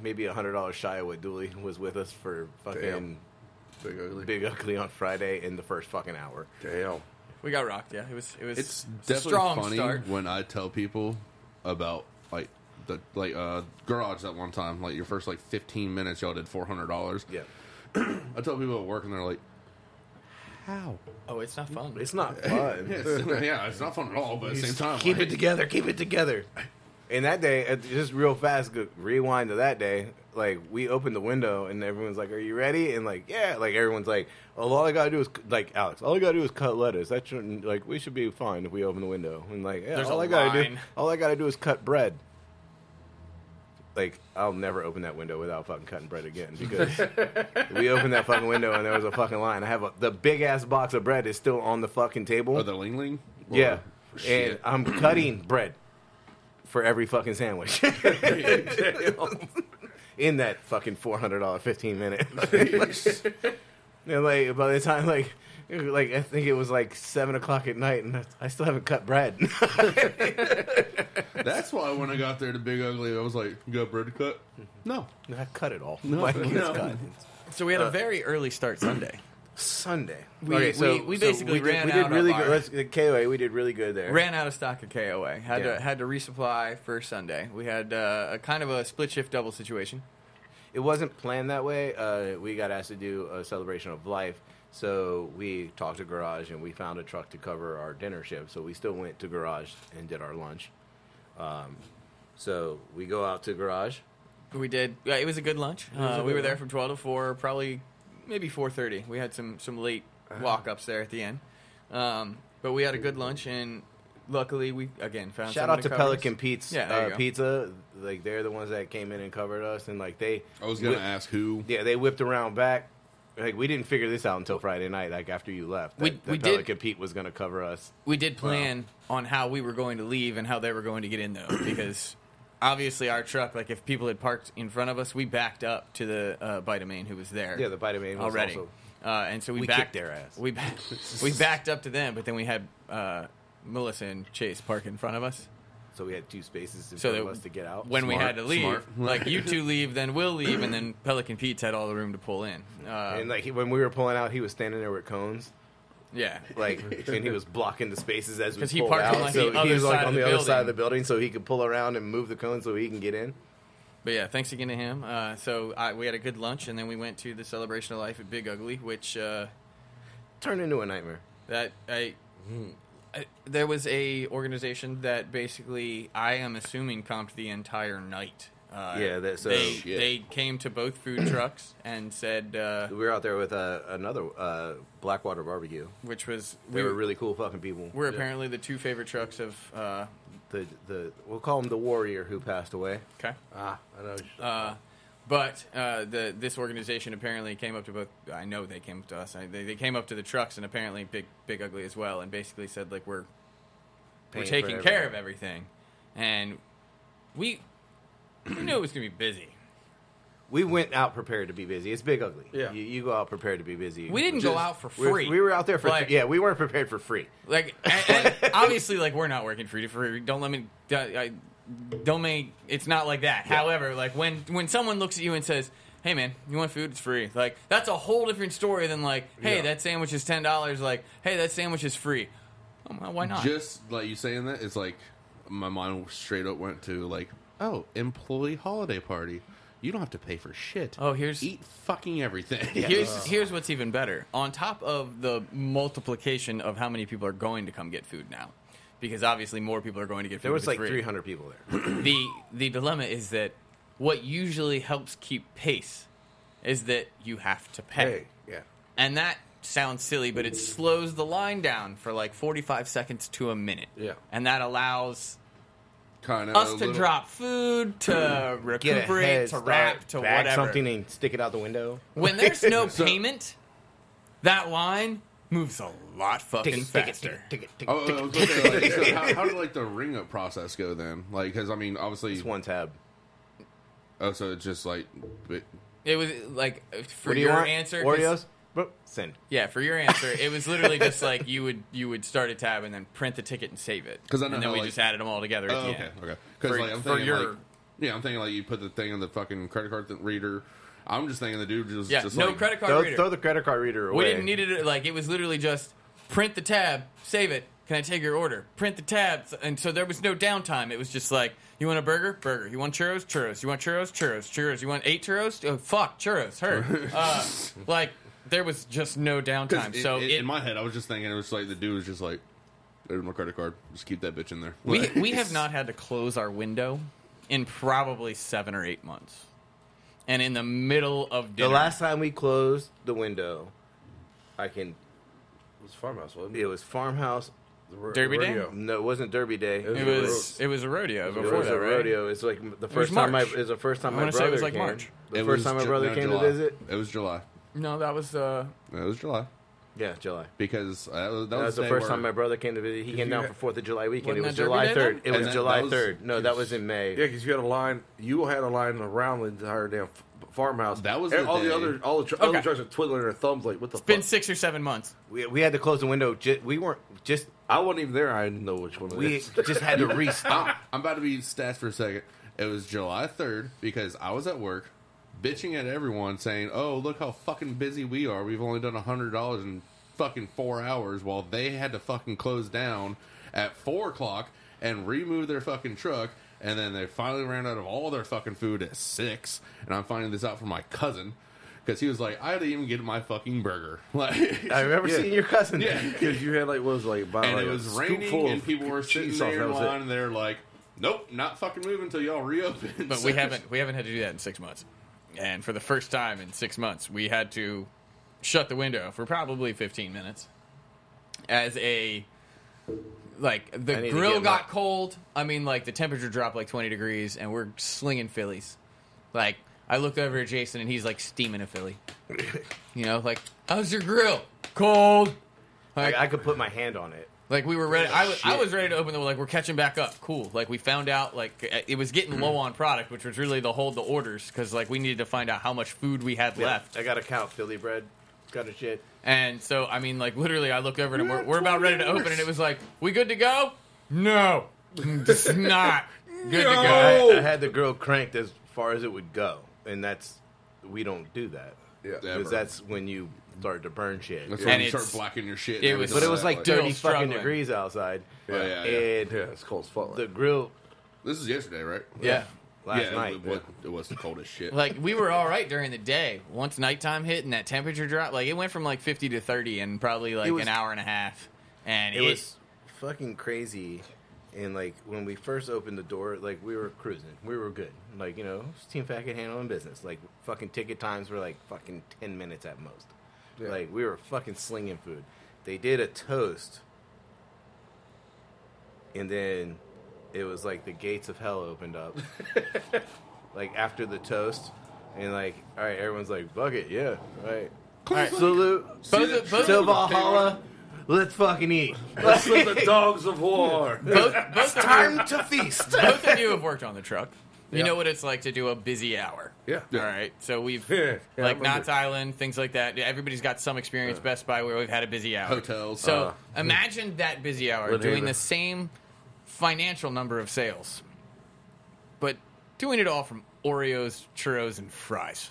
[SPEAKER 6] maybe a hundred dollars shy of what Dooley was with us for fucking
[SPEAKER 1] Big ugly.
[SPEAKER 6] Big Ugly on Friday in the first fucking hour.
[SPEAKER 1] Damn.
[SPEAKER 3] We got rocked. Yeah, it was it was a
[SPEAKER 4] It's definitely
[SPEAKER 3] strong
[SPEAKER 4] funny
[SPEAKER 3] start.
[SPEAKER 4] when I tell people about like the like uh garage that one time, like your first like fifteen minutes y'all did four hundred dollars.
[SPEAKER 6] Yeah,
[SPEAKER 4] I tell people at work and they're like How?
[SPEAKER 3] Oh, it's not fun.
[SPEAKER 6] it's not fun.
[SPEAKER 4] Yeah, it's, yeah, it's not fun at all, but at the same time
[SPEAKER 6] keep
[SPEAKER 4] like,
[SPEAKER 6] it together. Keep it together. And that day, uh, just real fast, go- rewind to that day. Like we opened the window, and everyone's like, "Are you ready?" And like, yeah. Like everyone's like, "Well, all I gotta do is c- like Alex. All I gotta do is cut lettuce. That shouldn't like we should be fine if we open the window." And like, yeah,
[SPEAKER 3] There's
[SPEAKER 6] all
[SPEAKER 3] a
[SPEAKER 6] I gotta do,
[SPEAKER 3] line.
[SPEAKER 6] all I gotta do is cut bread. Like I'll never open that window without fucking cutting bread again because we opened that fucking window and there was a fucking line. I have a, the big ass box of bread is still on the fucking table.
[SPEAKER 4] Oh, the Ling Ling? Or-
[SPEAKER 6] Yeah. And
[SPEAKER 4] Shit.
[SPEAKER 6] I'm cutting bread for every fucking sandwich. In that fucking four hundred dollar fifteen minute. and like by the time like like I think it was like seven o'clock at night and I still haven't cut bread.
[SPEAKER 4] That's why when I got there to Big Ugly, I was like, You got bread to cut?
[SPEAKER 6] Mm-hmm.
[SPEAKER 4] No.
[SPEAKER 6] I cut it all. Like, it's
[SPEAKER 4] no.
[SPEAKER 6] cut.
[SPEAKER 3] So we had a very early start Sunday.
[SPEAKER 6] Sunday.
[SPEAKER 3] We- we- we basically
[SPEAKER 6] we did,
[SPEAKER 3] ran
[SPEAKER 6] we
[SPEAKER 3] out
[SPEAKER 6] did
[SPEAKER 3] of
[SPEAKER 6] really
[SPEAKER 3] our-
[SPEAKER 6] good. Let's, the KOA, we did really good there.
[SPEAKER 3] Ran out of stock at KOA. Had
[SPEAKER 6] Yeah.
[SPEAKER 3] to had to resupply for Sunday. We had uh, a kind of a split shift double situation.
[SPEAKER 6] it wasn't planned that way. Uh, we got asked to do a celebration of life, so we talked to Garage and we found a truck to cover our dinner shift. So we still went to Garage and did our lunch. Um, so we go out to Garage.
[SPEAKER 3] We did. Yeah, it was a good lunch.
[SPEAKER 6] was
[SPEAKER 3] Uh,
[SPEAKER 6] a
[SPEAKER 3] we
[SPEAKER 6] good
[SPEAKER 3] were there
[SPEAKER 6] lunch.
[SPEAKER 3] from twelve to four, probably maybe four thirty. We had some some late
[SPEAKER 6] Uh-huh.
[SPEAKER 3] walk ups there at the end, um, but we had a good lunch and luckily we again found.
[SPEAKER 6] Shout
[SPEAKER 3] someone
[SPEAKER 6] out to
[SPEAKER 3] cover us.
[SPEAKER 6] Pelican Pete's
[SPEAKER 3] Yeah, there you
[SPEAKER 6] uh,
[SPEAKER 3] go.
[SPEAKER 6] Pizza. Like they're the ones that came in and covered us, and like they.
[SPEAKER 4] I was gonna
[SPEAKER 6] whip-
[SPEAKER 4] ask who
[SPEAKER 6] Yeah, they whipped around back. Like we didn't figure this out until Friday night. Like after you left, that,
[SPEAKER 3] We-
[SPEAKER 6] that
[SPEAKER 3] we did-
[SPEAKER 6] Pelican Pete was going to cover us.
[SPEAKER 3] we did plan on how we were going to leave and how they were going to get in though because obviously our truck like if people had parked in front of us we backed up to the uh, Vitamine who was there
[SPEAKER 6] Yeah, the Vitamine was
[SPEAKER 3] already
[SPEAKER 6] also-
[SPEAKER 3] uh, and so we,
[SPEAKER 6] We kicked
[SPEAKER 3] backed
[SPEAKER 6] their ass.
[SPEAKER 3] we ba- we backed up to them but then we had uh, Melissa and Chase park in front of us
[SPEAKER 6] So we had two spaces in
[SPEAKER 3] so
[SPEAKER 6] front
[SPEAKER 3] that
[SPEAKER 6] of us to get out.
[SPEAKER 3] when we
[SPEAKER 4] Smart,
[SPEAKER 3] had to leave
[SPEAKER 4] smart.
[SPEAKER 3] like you two leave then we'll leave and then Pelican Pete's had all the room to pull in uh,
[SPEAKER 6] And like he- when we were pulling out, he was standing there with cones,
[SPEAKER 3] yeah
[SPEAKER 6] like, and he was blocking the spaces as we
[SPEAKER 3] 'Cause he
[SPEAKER 6] pulled
[SPEAKER 3] parked on,
[SPEAKER 6] out.
[SPEAKER 3] like,
[SPEAKER 6] so
[SPEAKER 3] the
[SPEAKER 6] he was
[SPEAKER 3] other
[SPEAKER 6] like
[SPEAKER 3] side
[SPEAKER 6] on
[SPEAKER 3] of
[SPEAKER 6] the,
[SPEAKER 3] the
[SPEAKER 6] other side of
[SPEAKER 3] building.
[SPEAKER 6] the building, so he could pull around and move the cones so he can get in.
[SPEAKER 3] But yeah, thanks again to him. Uh, so I, we had a good lunch, and then we went to the celebration of life at Big Ugly, which uh,
[SPEAKER 6] Turned into a nightmare.
[SPEAKER 3] that I, I there was a organization that basically I am assuming comped the entire night. Uh,
[SPEAKER 6] Yeah, that- so-
[SPEAKER 3] they,
[SPEAKER 6] Shit.
[SPEAKER 3] they came to both food trucks and said, uh,
[SPEAKER 6] We were out there with uh, another uh, Blackwater barbecue.
[SPEAKER 3] which was
[SPEAKER 6] They
[SPEAKER 3] we
[SPEAKER 6] were really cool fucking people.
[SPEAKER 3] we're apparently the two favorite trucks of uh,
[SPEAKER 6] the the we'll call him the warrior who passed away.
[SPEAKER 3] okay.
[SPEAKER 1] Ah, I know.
[SPEAKER 3] Uh, but uh, the this organization apparently came up to both. I know they came up to us. I, they, they came up to the trucks and apparently big big ugly as well, and basically said like we're we're
[SPEAKER 6] Paying for
[SPEAKER 3] taking care of everything, and we we knew it was gonna be busy.
[SPEAKER 6] We went out prepared to be busy. It's big ugly.
[SPEAKER 1] Yeah.
[SPEAKER 6] You, you go out prepared to be busy.
[SPEAKER 3] We didn't go out for
[SPEAKER 6] we were-
[SPEAKER 3] free.
[SPEAKER 6] We were out there for
[SPEAKER 3] Like-
[SPEAKER 6] yeah. We weren't prepared for free.
[SPEAKER 3] Like, and, and obviously, like we're not working free to free. Don't let me. I, don't make. It's not like that. However, like when when someone looks at you and says, "Hey, man, you want food? It's free." Like that's a whole different story than like, "Hey,
[SPEAKER 4] Yeah.
[SPEAKER 3] that sandwich is ten dollars." Like, "Hey, that sandwich is free." Oh, well, why not?
[SPEAKER 4] Just like you saying that, it's like my mind straight up went to like, oh, employee holiday party. You don't have to pay for shit.
[SPEAKER 3] Oh, here's-
[SPEAKER 4] eat fucking everything.
[SPEAKER 3] Here's here's what's even better. On top of the multiplication of how many people are going to come get food now, because obviously more people are going to get food.
[SPEAKER 6] There was
[SPEAKER 3] if
[SPEAKER 6] like
[SPEAKER 3] it's free.
[SPEAKER 6] 300 people there.
[SPEAKER 3] the the dilemma is that what usually helps keep pace is that you have to pay.
[SPEAKER 1] Hey, yeah.
[SPEAKER 3] And that sounds silly, but it slows the line down for like 45 seconds to a minute.
[SPEAKER 1] Yeah.
[SPEAKER 3] And that allows
[SPEAKER 4] kind of
[SPEAKER 3] us to drop food, to
[SPEAKER 6] Get a head
[SPEAKER 3] recuperate, to
[SPEAKER 6] start,
[SPEAKER 3] wrap, to
[SPEAKER 6] bag
[SPEAKER 3] whatever.
[SPEAKER 6] something and stick it out the window.
[SPEAKER 3] When there's no payment, that line moves a lot fucking faster.
[SPEAKER 4] Oh, I was gonna say, like, so how, how did like the ring up process go then? Like, because I mean, obviously,
[SPEAKER 6] Just one tab.
[SPEAKER 4] oh, so it's just like, but-
[SPEAKER 3] It was like for
[SPEAKER 6] what do you
[SPEAKER 3] your
[SPEAKER 6] want?
[SPEAKER 3] answer 'cause-
[SPEAKER 6] Oreos. Boop. Send.
[SPEAKER 3] Yeah, for your answer, it was literally just like you would you would start a tab and then print the ticket and save it.
[SPEAKER 4] 'Cause I know
[SPEAKER 3] and then
[SPEAKER 4] how,
[SPEAKER 3] we
[SPEAKER 4] like-
[SPEAKER 3] just added them all together. at
[SPEAKER 4] oh,
[SPEAKER 3] the
[SPEAKER 4] okay,
[SPEAKER 3] end.
[SPEAKER 4] okay. Because
[SPEAKER 3] Um, For-
[SPEAKER 4] like I'm
[SPEAKER 3] for
[SPEAKER 4] thinking,
[SPEAKER 3] your-
[SPEAKER 4] like, yeah, I'm thinking like you put the thing in the fucking credit card th- reader. I'm just thinking the dude just,
[SPEAKER 3] Yeah,
[SPEAKER 4] just
[SPEAKER 3] no
[SPEAKER 4] like,
[SPEAKER 3] credit card
[SPEAKER 6] Throw,
[SPEAKER 3] reader.
[SPEAKER 6] throw the credit card reader away.
[SPEAKER 3] we didn't need it. Like it was literally just print the tab, save it. Can I take your order? Print the tab, and so there was no downtime. It was just like you want a burger, burger. You want churros, churros. You want churros, churros, churros. You want eight churros? Oh, fuck, churros. Her. Uh, like there was just no
[SPEAKER 4] 'Cause
[SPEAKER 3] downtime.
[SPEAKER 4] it-
[SPEAKER 3] so
[SPEAKER 4] it-
[SPEAKER 3] it,
[SPEAKER 4] in my head, I was just thinking it was like the dude was just like, "There's my credit card. Just keep that bitch in there."
[SPEAKER 3] we
[SPEAKER 4] Like-
[SPEAKER 3] we have not had to close our window in probably seven or eight months. And in the middle of
[SPEAKER 6] The
[SPEAKER 3] dinner,
[SPEAKER 6] last time we closed the window, I can.
[SPEAKER 1] It was farmhouse, wasn't it?
[SPEAKER 6] It was farmhouse.
[SPEAKER 1] The ro-
[SPEAKER 3] Derby Day?
[SPEAKER 1] rodeo.
[SPEAKER 6] No, it wasn't Derby Day.
[SPEAKER 1] It
[SPEAKER 3] It was it was a rodeo
[SPEAKER 6] It
[SPEAKER 3] before
[SPEAKER 6] was
[SPEAKER 3] that,
[SPEAKER 6] a
[SPEAKER 3] right?
[SPEAKER 6] rodeo. It's like the first
[SPEAKER 3] March.
[SPEAKER 6] time my it was the first time
[SPEAKER 3] I
[SPEAKER 6] my
[SPEAKER 3] wanna
[SPEAKER 6] brother
[SPEAKER 3] say it was like
[SPEAKER 6] came.
[SPEAKER 3] March.
[SPEAKER 6] The
[SPEAKER 4] It
[SPEAKER 6] first
[SPEAKER 4] was
[SPEAKER 6] time my
[SPEAKER 4] Ju-
[SPEAKER 6] brother
[SPEAKER 4] no,
[SPEAKER 6] came
[SPEAKER 4] July.
[SPEAKER 6] to visit.
[SPEAKER 4] It was July.
[SPEAKER 3] No, that was uh,
[SPEAKER 4] It was July
[SPEAKER 6] Yeah, July.
[SPEAKER 4] because uh, that was, that
[SPEAKER 6] That
[SPEAKER 4] was
[SPEAKER 6] was the
[SPEAKER 4] day
[SPEAKER 6] first
[SPEAKER 4] where-
[SPEAKER 6] time my brother came to visit. He came
[SPEAKER 1] you
[SPEAKER 6] down
[SPEAKER 1] ha-
[SPEAKER 6] for Fourth of July weekend. It
[SPEAKER 3] Wasn't
[SPEAKER 6] was
[SPEAKER 3] that Derby
[SPEAKER 6] July
[SPEAKER 3] Day
[SPEAKER 6] third. It
[SPEAKER 4] And
[SPEAKER 6] was
[SPEAKER 4] that-
[SPEAKER 6] July
[SPEAKER 4] that was-
[SPEAKER 6] third. No, that was in
[SPEAKER 1] Yeah,
[SPEAKER 6] May.
[SPEAKER 1] because you had a line. You had a line around the entire damn f- farmhouse.
[SPEAKER 4] That was
[SPEAKER 1] And
[SPEAKER 4] the
[SPEAKER 1] all
[SPEAKER 4] day.
[SPEAKER 1] the other all the tr-
[SPEAKER 3] Okay.
[SPEAKER 1] other trucks are twiddling their thumbs like what the
[SPEAKER 3] it's been
[SPEAKER 1] fuck.
[SPEAKER 3] six or seven months.
[SPEAKER 6] We, we had to close the window. Just, we weren't just
[SPEAKER 1] I wasn't even there. I didn't know which one. it
[SPEAKER 6] we
[SPEAKER 1] is.
[SPEAKER 6] just had to restock.
[SPEAKER 4] I'm about to be stats for a second. It was July 3rd because I was at work bitching at everyone saying, "Oh, look how fucking busy we are. We've only done $100 in fucking 4 hours while they had to fucking close down at 4 o'clock and remove their fucking truck." And then they finally ran out of all their fucking food at 6, and I'm finding this out from my cousin because he was like, "I didn't even get my fucking burger." Like
[SPEAKER 6] I remember seeing your cousin.
[SPEAKER 4] Yeah.
[SPEAKER 1] Because you had like what was it, like about
[SPEAKER 4] and
[SPEAKER 6] Oh,
[SPEAKER 1] like
[SPEAKER 4] it
[SPEAKER 1] a
[SPEAKER 4] was
[SPEAKER 1] scoop
[SPEAKER 4] raining,
[SPEAKER 1] full
[SPEAKER 4] and
[SPEAKER 1] of
[SPEAKER 4] people were sitting
[SPEAKER 1] cheese sauce,
[SPEAKER 4] there
[SPEAKER 1] that
[SPEAKER 4] in
[SPEAKER 1] was it.
[SPEAKER 4] line, and they're like, "Nope, not fucking moving until y'all reopen."
[SPEAKER 3] But we haven't we haven't had to do that in six months. And for the first time in six months, we had to shut the window for probably fifteen minutes. As a like
[SPEAKER 6] I
[SPEAKER 3] the
[SPEAKER 6] need to
[SPEAKER 3] grill
[SPEAKER 6] get
[SPEAKER 3] got
[SPEAKER 6] my-
[SPEAKER 3] cold. I mean, like the temperature dropped like twenty degrees, and we're slinging Phillies. Like I look over at Jason, and he's like steaming a Philly. you know, like how's your grill? Cold.
[SPEAKER 6] I, I could put my hand on it.
[SPEAKER 3] Like we were ready. I was, I was ready to open the like we're catching back up. Cool. Like we found out like it was
[SPEAKER 6] Mm-hmm.
[SPEAKER 3] getting low on product, which was really the hold the orders because like we needed to find out how much food we had left.
[SPEAKER 6] I got to count Philly bread. Got a shit.
[SPEAKER 3] And so I mean like literally I looked over and we're, we're about ready to open and it was like we good to go? No, it's not good to go.
[SPEAKER 4] Oh!
[SPEAKER 6] I, I had the grill cranked as far as it would go, and that's we don't do that.
[SPEAKER 1] Yeah.
[SPEAKER 6] because that's when you start to burn shit.
[SPEAKER 4] That's
[SPEAKER 3] And
[SPEAKER 4] when you
[SPEAKER 3] it's-
[SPEAKER 4] start blacking your shit. and
[SPEAKER 3] it was-
[SPEAKER 4] everything
[SPEAKER 6] But it
[SPEAKER 4] like
[SPEAKER 6] was
[SPEAKER 4] that,
[SPEAKER 6] like
[SPEAKER 3] Still
[SPEAKER 6] thirty fucking
[SPEAKER 3] struggling.
[SPEAKER 6] degrees outside,
[SPEAKER 4] Yeah, Oh, yeah, yeah.
[SPEAKER 6] and
[SPEAKER 1] Yeah, it's cold as fuck.
[SPEAKER 6] the grill
[SPEAKER 4] This is yesterday, right?
[SPEAKER 3] Yeah.
[SPEAKER 6] last
[SPEAKER 4] yeah, it
[SPEAKER 6] night.
[SPEAKER 4] wa- It, was the coldest shit.
[SPEAKER 3] Like we were all right during the day. Once nighttime hit and that temperature dropped, like it went from like fifty to thirty in probably like
[SPEAKER 6] was-
[SPEAKER 3] an hour and a half. And
[SPEAKER 6] it was fucking crazy. And like when we first opened the door, like we were cruising, we were good. Like you know, it's Team Fat could handle in business. Like fucking ticket times were like fucking ten minutes at most. Like we were fucking slinging food. They did a toast, and then it was like the gates of hell opened up. like after the toast, and like all right, everyone's like, "Fuck it, yeah, all right, all right, salute,
[SPEAKER 3] Both of- both
[SPEAKER 6] to
[SPEAKER 3] of-
[SPEAKER 6] Valhalla." Let's fucking eat.
[SPEAKER 1] Let's let the dogs of war.
[SPEAKER 3] Both, both, of you,
[SPEAKER 6] to feast.
[SPEAKER 3] both of you have worked on the truck. You
[SPEAKER 1] Yeah.
[SPEAKER 3] know what it's like to do a busy hour.
[SPEAKER 1] Yeah.
[SPEAKER 3] All right. So we've
[SPEAKER 1] Yeah, yeah,
[SPEAKER 3] like
[SPEAKER 1] I remember.
[SPEAKER 3] Knott's Island, things like that. Everybody's got some experience. Best Buy, where we've had a busy hour.
[SPEAKER 4] Hotels. uh,
[SPEAKER 3] So imagine that busy hour
[SPEAKER 1] Little
[SPEAKER 3] doing
[SPEAKER 1] Haven.
[SPEAKER 3] the same financial number of sales, but doing it all from Oreos, churros, and fries.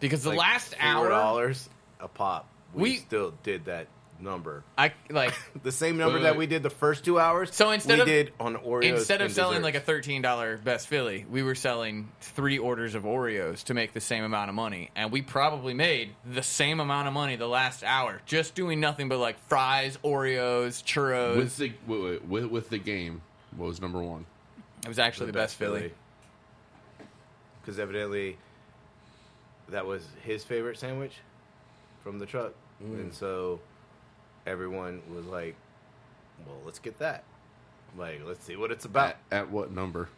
[SPEAKER 3] Because the
[SPEAKER 6] Like,
[SPEAKER 3] last
[SPEAKER 6] four
[SPEAKER 3] hour,
[SPEAKER 6] dollars a pop. We,
[SPEAKER 3] We-
[SPEAKER 6] still did that number.
[SPEAKER 3] I like.
[SPEAKER 6] The same number
[SPEAKER 4] Wait,
[SPEAKER 6] that
[SPEAKER 4] wait.
[SPEAKER 6] we did the first two hours.
[SPEAKER 3] So instead
[SPEAKER 6] we
[SPEAKER 3] of-
[SPEAKER 6] did on Oreos
[SPEAKER 3] Instead of
[SPEAKER 6] and
[SPEAKER 3] selling
[SPEAKER 6] desserts.
[SPEAKER 3] like a thirteen dollar best Philly, we were selling three orders of Oreos to make the same amount of money, and we probably made the same amount of money the last hour just doing nothing but like fries, Oreos, churros.
[SPEAKER 4] with the wait, wait, with, with the game, what was number one?
[SPEAKER 3] it was actually the, best, Philly.
[SPEAKER 6] because evidently that was his favorite sandwich from the truck,
[SPEAKER 3] Mm.
[SPEAKER 6] and so everyone was like, "Well, let's get that. Like, let's see what it's about."
[SPEAKER 4] At, at what number?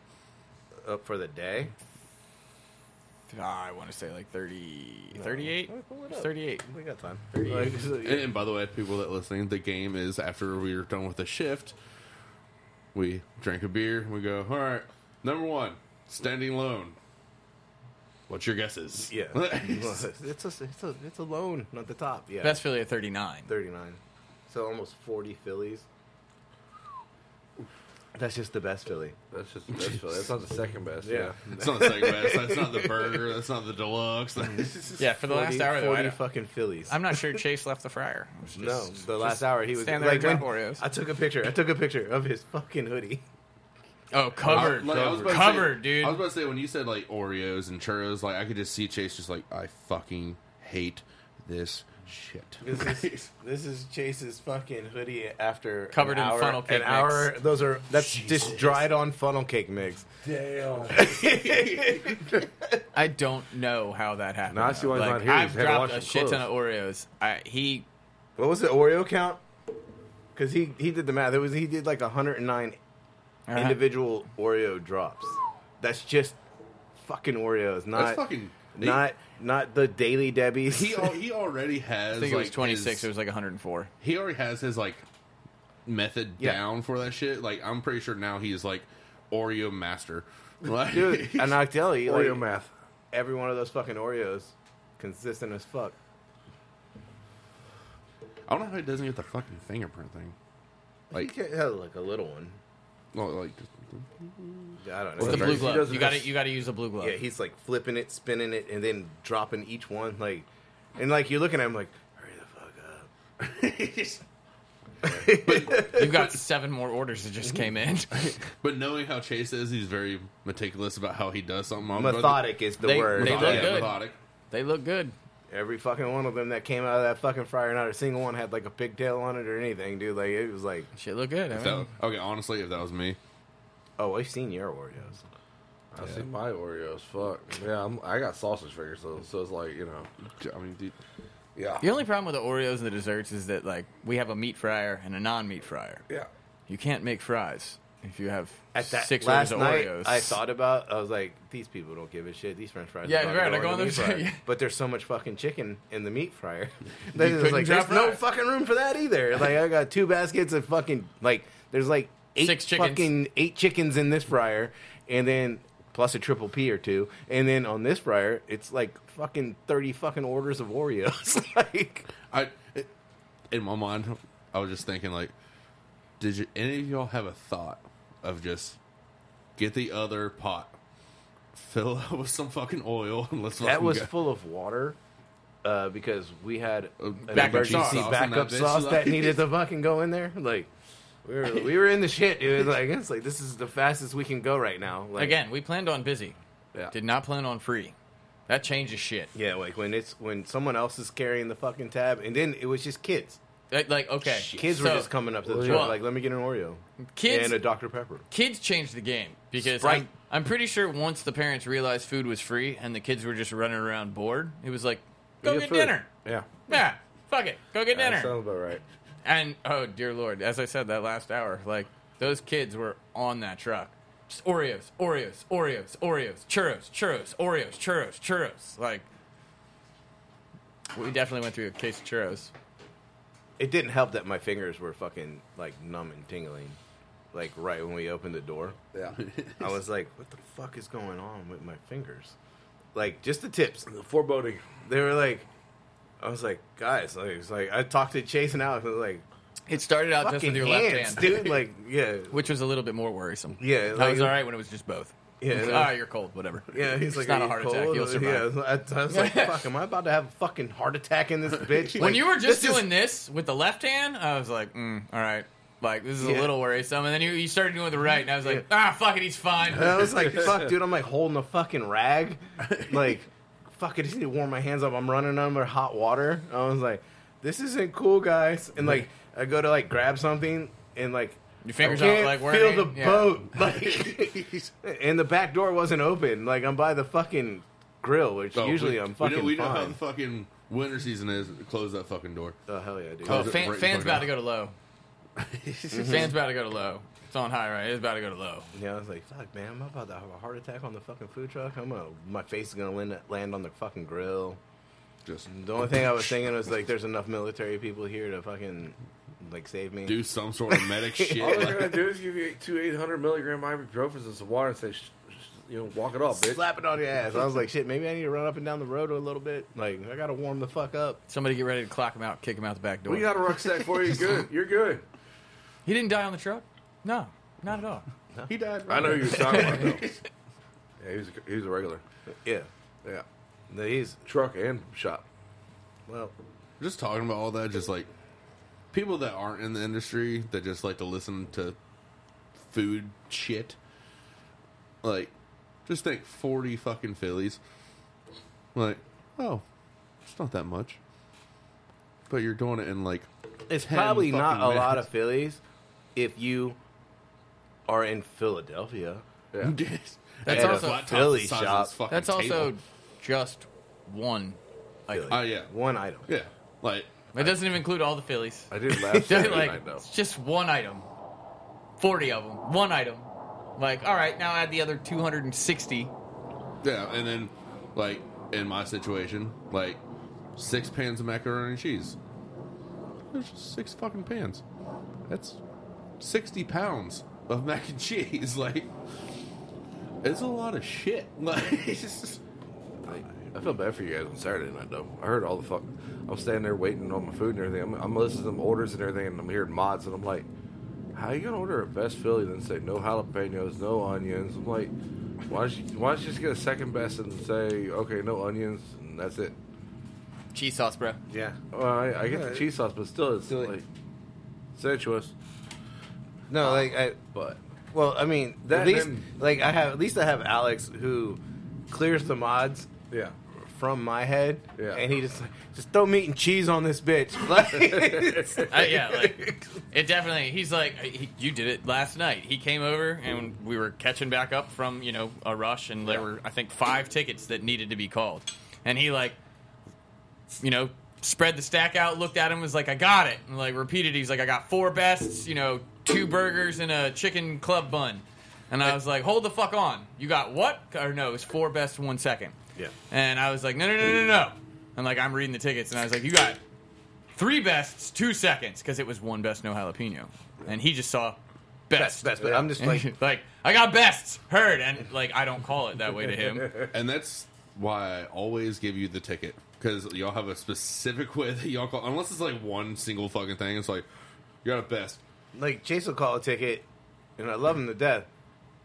[SPEAKER 6] Up for the day.
[SPEAKER 3] Ah, I want to say like 30, 38?
[SPEAKER 6] Pull it
[SPEAKER 3] It's
[SPEAKER 6] up.
[SPEAKER 3] 38.
[SPEAKER 6] We got time. Like, so,
[SPEAKER 4] And, and by the way, people that listening, the game is after we are done with the shift, we drink a beer. and We go, all right, number one, standing alone. What's your guesses?
[SPEAKER 6] yeah, it's a it's a it's a loan at the top. Yeah,
[SPEAKER 3] Best Philly at 39.
[SPEAKER 6] 39. So almost 40 Phillies. That's just the best Philly.
[SPEAKER 1] That's just that's, that's not the second best.
[SPEAKER 6] Yeah.
[SPEAKER 4] That's not the second best. That's not the burger. That's not the deluxe. That's-
[SPEAKER 3] Yeah, for the
[SPEAKER 6] 40,
[SPEAKER 3] last hour, though, I
[SPEAKER 6] 40
[SPEAKER 3] don't-
[SPEAKER 6] fucking Phillies.
[SPEAKER 3] I'm not sure Chase left the fryer. It was just-
[SPEAKER 6] no, the last hour he was
[SPEAKER 3] stand there
[SPEAKER 6] like
[SPEAKER 3] and
[SPEAKER 6] when,
[SPEAKER 3] drop Oreos.
[SPEAKER 6] I took a picture. I took a picture of his fucking hoodie.
[SPEAKER 3] Oh, covered.
[SPEAKER 4] Like, I
[SPEAKER 3] covered,
[SPEAKER 4] was about to say-
[SPEAKER 3] covered dude.
[SPEAKER 4] I was about to say when you said like Oreos and churros, like I could just see Chase just like I fucking hate this shit.
[SPEAKER 6] This is this is Chase's fucking hoodie after
[SPEAKER 3] Covered in
[SPEAKER 6] an hour,
[SPEAKER 3] funnel cake
[SPEAKER 6] An
[SPEAKER 3] mix.
[SPEAKER 6] hour. Those are that's just dried on funnel cake mix.
[SPEAKER 1] Damn.
[SPEAKER 3] I don't know how that happened.
[SPEAKER 1] Now I see why he's
[SPEAKER 3] Like,
[SPEAKER 1] not here.
[SPEAKER 3] I've
[SPEAKER 1] He's had to wash
[SPEAKER 3] dropped a
[SPEAKER 1] his
[SPEAKER 3] shit ton
[SPEAKER 1] clothes.
[SPEAKER 3] of Oreos. I, he
[SPEAKER 6] What was the Oreo count? Because he he did the math. It was he did like 109
[SPEAKER 3] Uh-huh.
[SPEAKER 6] individual Oreo drops. That's just fucking Oreos, not
[SPEAKER 4] That's fucking
[SPEAKER 6] not not the Daily Debbies.
[SPEAKER 4] He al- he already has.
[SPEAKER 3] I think it
[SPEAKER 4] like,
[SPEAKER 3] was 26.
[SPEAKER 4] his-
[SPEAKER 3] it was like 104.
[SPEAKER 4] he already has his like method
[SPEAKER 6] Yeah.
[SPEAKER 4] down for that shit. Like I'm pretty sure now he's like Oreo master. Like,
[SPEAKER 6] Dude, and I tell you,
[SPEAKER 1] Oreo
[SPEAKER 6] like,
[SPEAKER 1] math.
[SPEAKER 6] every one of those fucking Oreos, consistent as fuck.
[SPEAKER 4] I don't know how he doesn't get the fucking fingerprint thing.
[SPEAKER 6] Like, he had like a little one.
[SPEAKER 4] Well, like just-
[SPEAKER 6] I don't
[SPEAKER 3] It's
[SPEAKER 6] know.
[SPEAKER 3] the
[SPEAKER 1] He
[SPEAKER 3] blue
[SPEAKER 1] doesn't
[SPEAKER 3] glove. You got to
[SPEAKER 1] have-
[SPEAKER 3] you got to use the blue glove.
[SPEAKER 6] Yeah, he's like flipping it, spinning it, and then dropping each one. Like, and like you're looking at him like, hurry the fuck up.
[SPEAKER 3] You've got seven more orders that just came in.
[SPEAKER 4] But knowing how Chase is, he's very meticulous about how he does something. I'm about to-
[SPEAKER 6] Methodic is the
[SPEAKER 3] They-
[SPEAKER 6] word.
[SPEAKER 3] they
[SPEAKER 4] Methodic,
[SPEAKER 3] look
[SPEAKER 4] yeah,
[SPEAKER 3] good.
[SPEAKER 4] methodic.
[SPEAKER 3] They look good.
[SPEAKER 6] Every fucking one of them that came out of that fucking fryer, not a single one had like a pigtail on it or anything, dude. Like it was like,
[SPEAKER 3] Shit look good. I mean,
[SPEAKER 4] So, okay, honestly, if that was me,
[SPEAKER 6] oh, I've seen your Oreos.
[SPEAKER 1] I see my Oreos. Fuck. Yeah, I'm, I got sausage fingers, so, so it's like, you know.
[SPEAKER 4] I mean, dude,
[SPEAKER 1] Yeah.
[SPEAKER 3] the only problem with the Oreos and the desserts is that like we have a meat fryer and a non-meat fryer.
[SPEAKER 1] Yeah.
[SPEAKER 3] You can't make fries if you have
[SPEAKER 6] At that
[SPEAKER 3] six orders
[SPEAKER 6] last
[SPEAKER 3] of
[SPEAKER 6] night,
[SPEAKER 3] Oreos.
[SPEAKER 6] I thought about. I was like, these people don't give a shit. These French fries.
[SPEAKER 3] Yeah,
[SPEAKER 6] are
[SPEAKER 3] right,
[SPEAKER 6] fucking
[SPEAKER 3] I go
[SPEAKER 6] going
[SPEAKER 3] on
[SPEAKER 6] in the
[SPEAKER 3] there
[SPEAKER 6] meat
[SPEAKER 3] and say,
[SPEAKER 6] fryer. But there's so much fucking chicken in the meat fryer. That is
[SPEAKER 3] couldn't
[SPEAKER 6] like,
[SPEAKER 3] drop
[SPEAKER 6] there's no
[SPEAKER 3] fries.
[SPEAKER 6] fucking room for that either. Like I got two baskets of fucking like there's like eight
[SPEAKER 3] Six chickens.
[SPEAKER 6] fucking eight chickens in this fryer, and then plus a triple P or two, and then on this fryer it's like fucking thirty fucking orders of Oreos. like
[SPEAKER 4] I it, in my mind, I was just thinking like, did you, any of y'all have a thought of just get the other pot, fill it with some fucking oil, and let's
[SPEAKER 6] that
[SPEAKER 4] fucking
[SPEAKER 6] was
[SPEAKER 4] go.
[SPEAKER 6] full of water. Uh, because we had an
[SPEAKER 4] backup
[SPEAKER 6] emergency
[SPEAKER 4] sauce.
[SPEAKER 6] backup
[SPEAKER 4] Sauce in that bitch,
[SPEAKER 6] sauce
[SPEAKER 4] like-
[SPEAKER 6] that needed to fucking go in there. Like we were, we were in the shit. It was like it's like this is the fastest we can go right now. Like,
[SPEAKER 3] Again, we planned on busy.
[SPEAKER 6] Yeah.
[SPEAKER 3] Did not plan on free. That changes shit.
[SPEAKER 6] yeah, like when it's when someone else is carrying the fucking tab, and then it was just kids.
[SPEAKER 3] Like, like, okay,
[SPEAKER 6] Kids were
[SPEAKER 3] so,
[SPEAKER 6] just coming up to the
[SPEAKER 3] Well,
[SPEAKER 6] truck
[SPEAKER 3] yeah.
[SPEAKER 6] like, "Let me get an Oreo
[SPEAKER 3] Kids
[SPEAKER 6] and a Dr Pepper."
[SPEAKER 3] kids changed the game because
[SPEAKER 6] Sprite.
[SPEAKER 3] I'm, I'm pretty sure once the parents realized food was free and the kids were just running around bored, it was like, go
[SPEAKER 1] You
[SPEAKER 3] get,
[SPEAKER 1] food.
[SPEAKER 3] dinner.
[SPEAKER 1] Yeah.
[SPEAKER 3] Yeah, fuck it, go get dinner.
[SPEAKER 1] That sounds about right.
[SPEAKER 3] and oh dear lord, as I said that last hour, like those kids were on that truck. Just Oreos, Oreos, Oreos, Oreos, churros, churros, Oreos, churros, churros. Like we definitely went through a case of churros.
[SPEAKER 6] it didn't help that my fingers were fucking like numb and tingling, like right when we opened the door.
[SPEAKER 1] Yeah.
[SPEAKER 6] I was like, what the fuck is going on with my fingers? Like just the tips.
[SPEAKER 1] Foreboding.
[SPEAKER 6] They were like, I was like, guys, like, it's like I talked to Chase and Alex. I was like,
[SPEAKER 3] It started out just
[SPEAKER 6] fucking
[SPEAKER 3] with your left
[SPEAKER 6] hands,
[SPEAKER 3] hand,
[SPEAKER 6] dude. Like, yeah,
[SPEAKER 3] which was a little bit more worrisome.
[SPEAKER 6] Yeah,
[SPEAKER 3] I
[SPEAKER 6] like-
[SPEAKER 3] was all right when it was just both. I
[SPEAKER 6] Yeah,
[SPEAKER 3] was
[SPEAKER 6] it
[SPEAKER 3] like, all
[SPEAKER 6] was-
[SPEAKER 3] right, you're cold, whatever.
[SPEAKER 6] yeah. He's
[SPEAKER 3] it's
[SPEAKER 6] like,
[SPEAKER 3] not a
[SPEAKER 6] "Are you
[SPEAKER 3] heart attack.
[SPEAKER 6] cold?"
[SPEAKER 3] You'll survive.
[SPEAKER 6] Yeah, I, I was like, fuck, am I about to have a fucking heart attack in this bitch?
[SPEAKER 3] when
[SPEAKER 6] Like,
[SPEAKER 3] you were just
[SPEAKER 6] this is-
[SPEAKER 3] doing this with the left hand, I was like, mm, all right. Like this is a
[SPEAKER 6] Yeah.
[SPEAKER 3] little worrisome, and then you, you started doing the right, and I was like, ah, fuck it, he's fine.
[SPEAKER 6] And I was like, fuck, dude, I'm like holding a fucking rag. Like, fuck, I just need to warm my hands up. I'm running under hot water. I was like, this isn't cool, guys. And like, I go to like grab something and like,
[SPEAKER 3] Your fingers
[SPEAKER 6] I
[SPEAKER 3] aren't,
[SPEAKER 6] can't
[SPEAKER 3] like,
[SPEAKER 6] feel
[SPEAKER 3] working.
[SPEAKER 6] the
[SPEAKER 3] Yeah.
[SPEAKER 6] boat. Like, and the back door wasn't open. Like, I'm by the fucking grill, which
[SPEAKER 4] So
[SPEAKER 6] usually
[SPEAKER 4] Oh, we-
[SPEAKER 6] I'm fucking
[SPEAKER 4] We know, we know
[SPEAKER 6] fine.
[SPEAKER 4] how the fucking winter season is. Close that fucking door.
[SPEAKER 6] oh, hell yeah, dude.
[SPEAKER 3] Oh,
[SPEAKER 4] Close it
[SPEAKER 3] fan,
[SPEAKER 4] right
[SPEAKER 3] fan's
[SPEAKER 4] fucking
[SPEAKER 3] about
[SPEAKER 4] up.
[SPEAKER 3] to go to low. Fan's about to go to low. It's on high, right? It's about to go to low.
[SPEAKER 6] Yeah, I was like, fuck, man, I'm about to have a heart attack on the fucking food truck. I'm gonna, my face is gonna land, land on the fucking grill.
[SPEAKER 4] Just
[SPEAKER 6] The only thing I was thinking was like, there's enough military people here to fucking like save me.
[SPEAKER 4] do some sort of medic shit.
[SPEAKER 6] Oh,
[SPEAKER 1] All they're
[SPEAKER 4] Like,
[SPEAKER 1] gonna do is give you two 800 milligram ibuprofen and some water and say, sh- sh- you know, walk it off, bitch.
[SPEAKER 6] Slap it on your ass. I was like, shit, maybe I need to run up and down the road a little bit. Like, I gotta warm the fuck up.
[SPEAKER 3] Somebody get ready to clock him out, kick him out the back door.
[SPEAKER 1] We got a rucksack for you. Good, you're good.
[SPEAKER 3] he didn't die on the truck. No, not at all.
[SPEAKER 6] He died.
[SPEAKER 1] I know who you're talking about. Though. Yeah, he was a, he was a regular.
[SPEAKER 6] Yeah.
[SPEAKER 1] Yeah,
[SPEAKER 6] No, He's
[SPEAKER 1] truck and shop.
[SPEAKER 6] well.
[SPEAKER 4] just talking about all that, just like people that aren't in the industry that just like to listen to food shit. Like, just think forty fucking Phillies. Like, oh, it's not that much, but you're doing it in like
[SPEAKER 6] It's
[SPEAKER 4] 10
[SPEAKER 6] probably not
[SPEAKER 4] fucking
[SPEAKER 6] a lot
[SPEAKER 4] minutes.
[SPEAKER 6] of Phillies if you are in Philadelphia.
[SPEAKER 1] Yeah.
[SPEAKER 3] That's
[SPEAKER 6] at a
[SPEAKER 3] also-
[SPEAKER 4] flat top
[SPEAKER 6] Philly
[SPEAKER 4] the size of
[SPEAKER 6] shop.
[SPEAKER 4] this fucking
[SPEAKER 3] That's also
[SPEAKER 4] table.
[SPEAKER 3] just one.
[SPEAKER 6] Philly.
[SPEAKER 4] Oh, yeah.
[SPEAKER 6] one item.
[SPEAKER 4] yeah, like
[SPEAKER 3] It doesn't even include all the Phillies.
[SPEAKER 1] I did laugh
[SPEAKER 3] They're
[SPEAKER 1] Saturday
[SPEAKER 3] like,
[SPEAKER 1] night though.
[SPEAKER 3] it's just one item. 40 of them. One item. Like, all right, now add the other 260.
[SPEAKER 4] Yeah, and then like in my situation, like six pans of macaroni and cheese. There's just six fucking pans. That's sixty pounds of mac and cheese. Like it's a lot of shit. Like it's just-
[SPEAKER 1] I feel bad for you guys on Saturday night though. I heard all the fuck. I'm standing there waiting on my food and everything. I'm, I'm listening to them orders and everything, and I'm hearing mods, and I'm like, how you gonna order a best Philly then say no jalapenos, no onions? I'm like, why don't you why don't you just get a second best and say okay, no onions, and that's it.
[SPEAKER 3] Cheese sauce, bro.
[SPEAKER 6] Yeah.
[SPEAKER 1] Well, I, I get the cheese sauce, but still, it's
[SPEAKER 6] Still, like-
[SPEAKER 1] like sensuous.
[SPEAKER 6] No, like I.
[SPEAKER 1] But
[SPEAKER 6] Well, I mean,
[SPEAKER 1] That-
[SPEAKER 6] at least
[SPEAKER 1] then-
[SPEAKER 6] like I have at least I have Alex who clears the mods
[SPEAKER 1] yeah,
[SPEAKER 6] from my head,
[SPEAKER 1] Yeah.
[SPEAKER 6] and he just like just throw meat and cheese on this bitch. Like,
[SPEAKER 3] I, yeah, like, it definitely, he's like, uh, he, you did it last night. He came over and we were catching back up from, you know, a rush, and there were, I think, five tickets that needed to be called. And he, like, you know, spread the stack out, looked at him, was like, I got it. And, like, repeated, he's like, I got four bests, you know, two burgers and a chicken club bun. And I was like, hold the fuck on. You got what? Or no, it was four best, one second.
[SPEAKER 6] Yeah.
[SPEAKER 3] And I was like, no, no, no, no, no. And, like, I'm reading the tickets, and I was like, you got three bests, two seconds, because it was one best, no jalapeno. And he just saw best.
[SPEAKER 6] best, best, but I'm just like-
[SPEAKER 3] like, I got bests, heard. And, like, I don't call it that way to him.
[SPEAKER 4] and that's why I always give you the ticket because y'all have a specific way that y'all call. Unless it's like one single fucking thing, it's like you got a best.
[SPEAKER 6] like Chase will call a ticket, and I love him to death,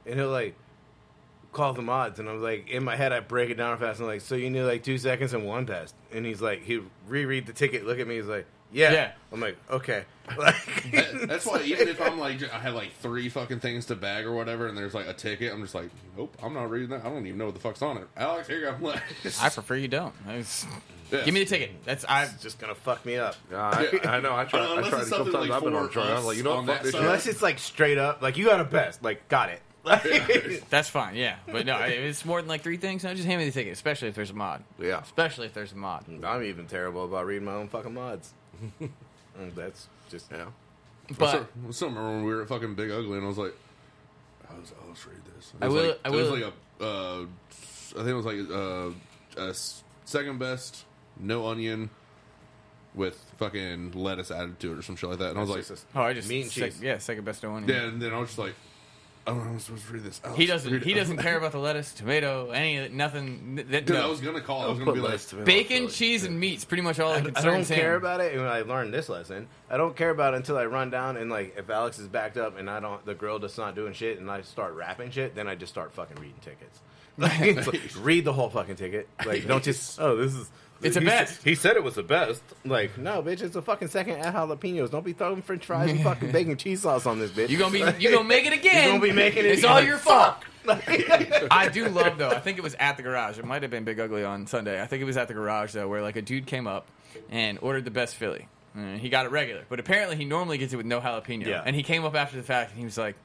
[SPEAKER 6] and he'll like call the mods, and I'm like in my head I break it down fast, and like so you knew like two seconds and one test, and he's like he reread the ticket, look at me, he's like yeah,
[SPEAKER 3] Yeah.
[SPEAKER 6] I'm like okay, like
[SPEAKER 4] That- That's why even if I'm like I have like three fucking things to bag or whatever, and there's like a ticket, I'm just like, nope, I'm not reading that. I don't even know what the fuck's on it. Alex, here you go. I'm like,
[SPEAKER 3] I prefer you don't. I was-
[SPEAKER 4] Yeah.
[SPEAKER 3] Give me the ticket. That's I.
[SPEAKER 6] it's just gonna fuck me up.
[SPEAKER 1] Uh, I, I know. I try.
[SPEAKER 4] Unless
[SPEAKER 1] I try to
[SPEAKER 4] it's something,
[SPEAKER 1] sometimes
[SPEAKER 4] like,
[SPEAKER 1] I've been on
[SPEAKER 4] for
[SPEAKER 1] trial. I'm like, you know what?
[SPEAKER 4] us
[SPEAKER 1] Fuck
[SPEAKER 4] on
[SPEAKER 1] this
[SPEAKER 4] that
[SPEAKER 1] shit.
[SPEAKER 6] Unless it's like straight up, like you got a best, like got it. Like,
[SPEAKER 3] That's fine. Yeah, but no, if it's more than like three things. No, just hand me the ticket, especially if there's a mod.
[SPEAKER 1] Yeah.
[SPEAKER 3] Especially if there's a mod.
[SPEAKER 6] I'm even terrible about reading my own fucking mods. Mm, That's just
[SPEAKER 1] Yeah.
[SPEAKER 4] I
[SPEAKER 3] But
[SPEAKER 4] still, I still remember when we were at fucking Big Ugly, and I was like, I was, I was read this. It
[SPEAKER 3] I
[SPEAKER 4] was
[SPEAKER 3] will-
[SPEAKER 4] Like,
[SPEAKER 3] I
[SPEAKER 4] It
[SPEAKER 3] will-
[SPEAKER 4] was like a, uh, I think it was like uh, a s- second best, no onion, with fucking lettuce added to it or some shit like that. And I was like,
[SPEAKER 2] Just-
[SPEAKER 3] Oh, I just
[SPEAKER 6] Meat and
[SPEAKER 3] sec-
[SPEAKER 6] cheese.
[SPEAKER 3] Yeah, second best to one.
[SPEAKER 4] yeah. And then I was just like, I don't know. I'm supposed to read this. I
[SPEAKER 3] He
[SPEAKER 4] was
[SPEAKER 3] doesn't.
[SPEAKER 4] reading-
[SPEAKER 3] He doesn't care about the lettuce, tomato, any of it, nothing. th- That,
[SPEAKER 4] Dude,
[SPEAKER 3] no.
[SPEAKER 4] I was gonna call. I was
[SPEAKER 1] I'll
[SPEAKER 4] gonna
[SPEAKER 1] put
[SPEAKER 4] be like,
[SPEAKER 1] lettuce tomato
[SPEAKER 3] Bacon,
[SPEAKER 1] chili.
[SPEAKER 3] cheese, and meat's pretty much all that
[SPEAKER 6] I
[SPEAKER 3] concerns
[SPEAKER 6] don't
[SPEAKER 3] him.
[SPEAKER 6] care about it. And I learned this lesson. I don't care about it until I run down and like if Alex is backed up and I don't the grill just not doing shit and I start rapping shit, then I just start fucking reading tickets. Like, it's like, read the whole fucking ticket. Like don't just oh this is
[SPEAKER 3] It's the
[SPEAKER 6] he
[SPEAKER 3] best.
[SPEAKER 6] said- he said it was the best. Like no bitch, it's a fucking second at jalapenos. Don't be throwing French fries and fucking bacon cheese sauce on this bitch.
[SPEAKER 3] You gonna be. You gonna make it again.
[SPEAKER 6] gonna be making it
[SPEAKER 3] It's
[SPEAKER 6] again.
[SPEAKER 3] all your fault. I do love though. I think it was at the garage. It might have been Big Ugly on Sunday. I think it was at the garage though, where like a dude came up and ordered the best Philly. And he got it regular, but apparently he normally gets it with no jalapeno.
[SPEAKER 6] Yeah.
[SPEAKER 3] And he came up after the fact and he was like,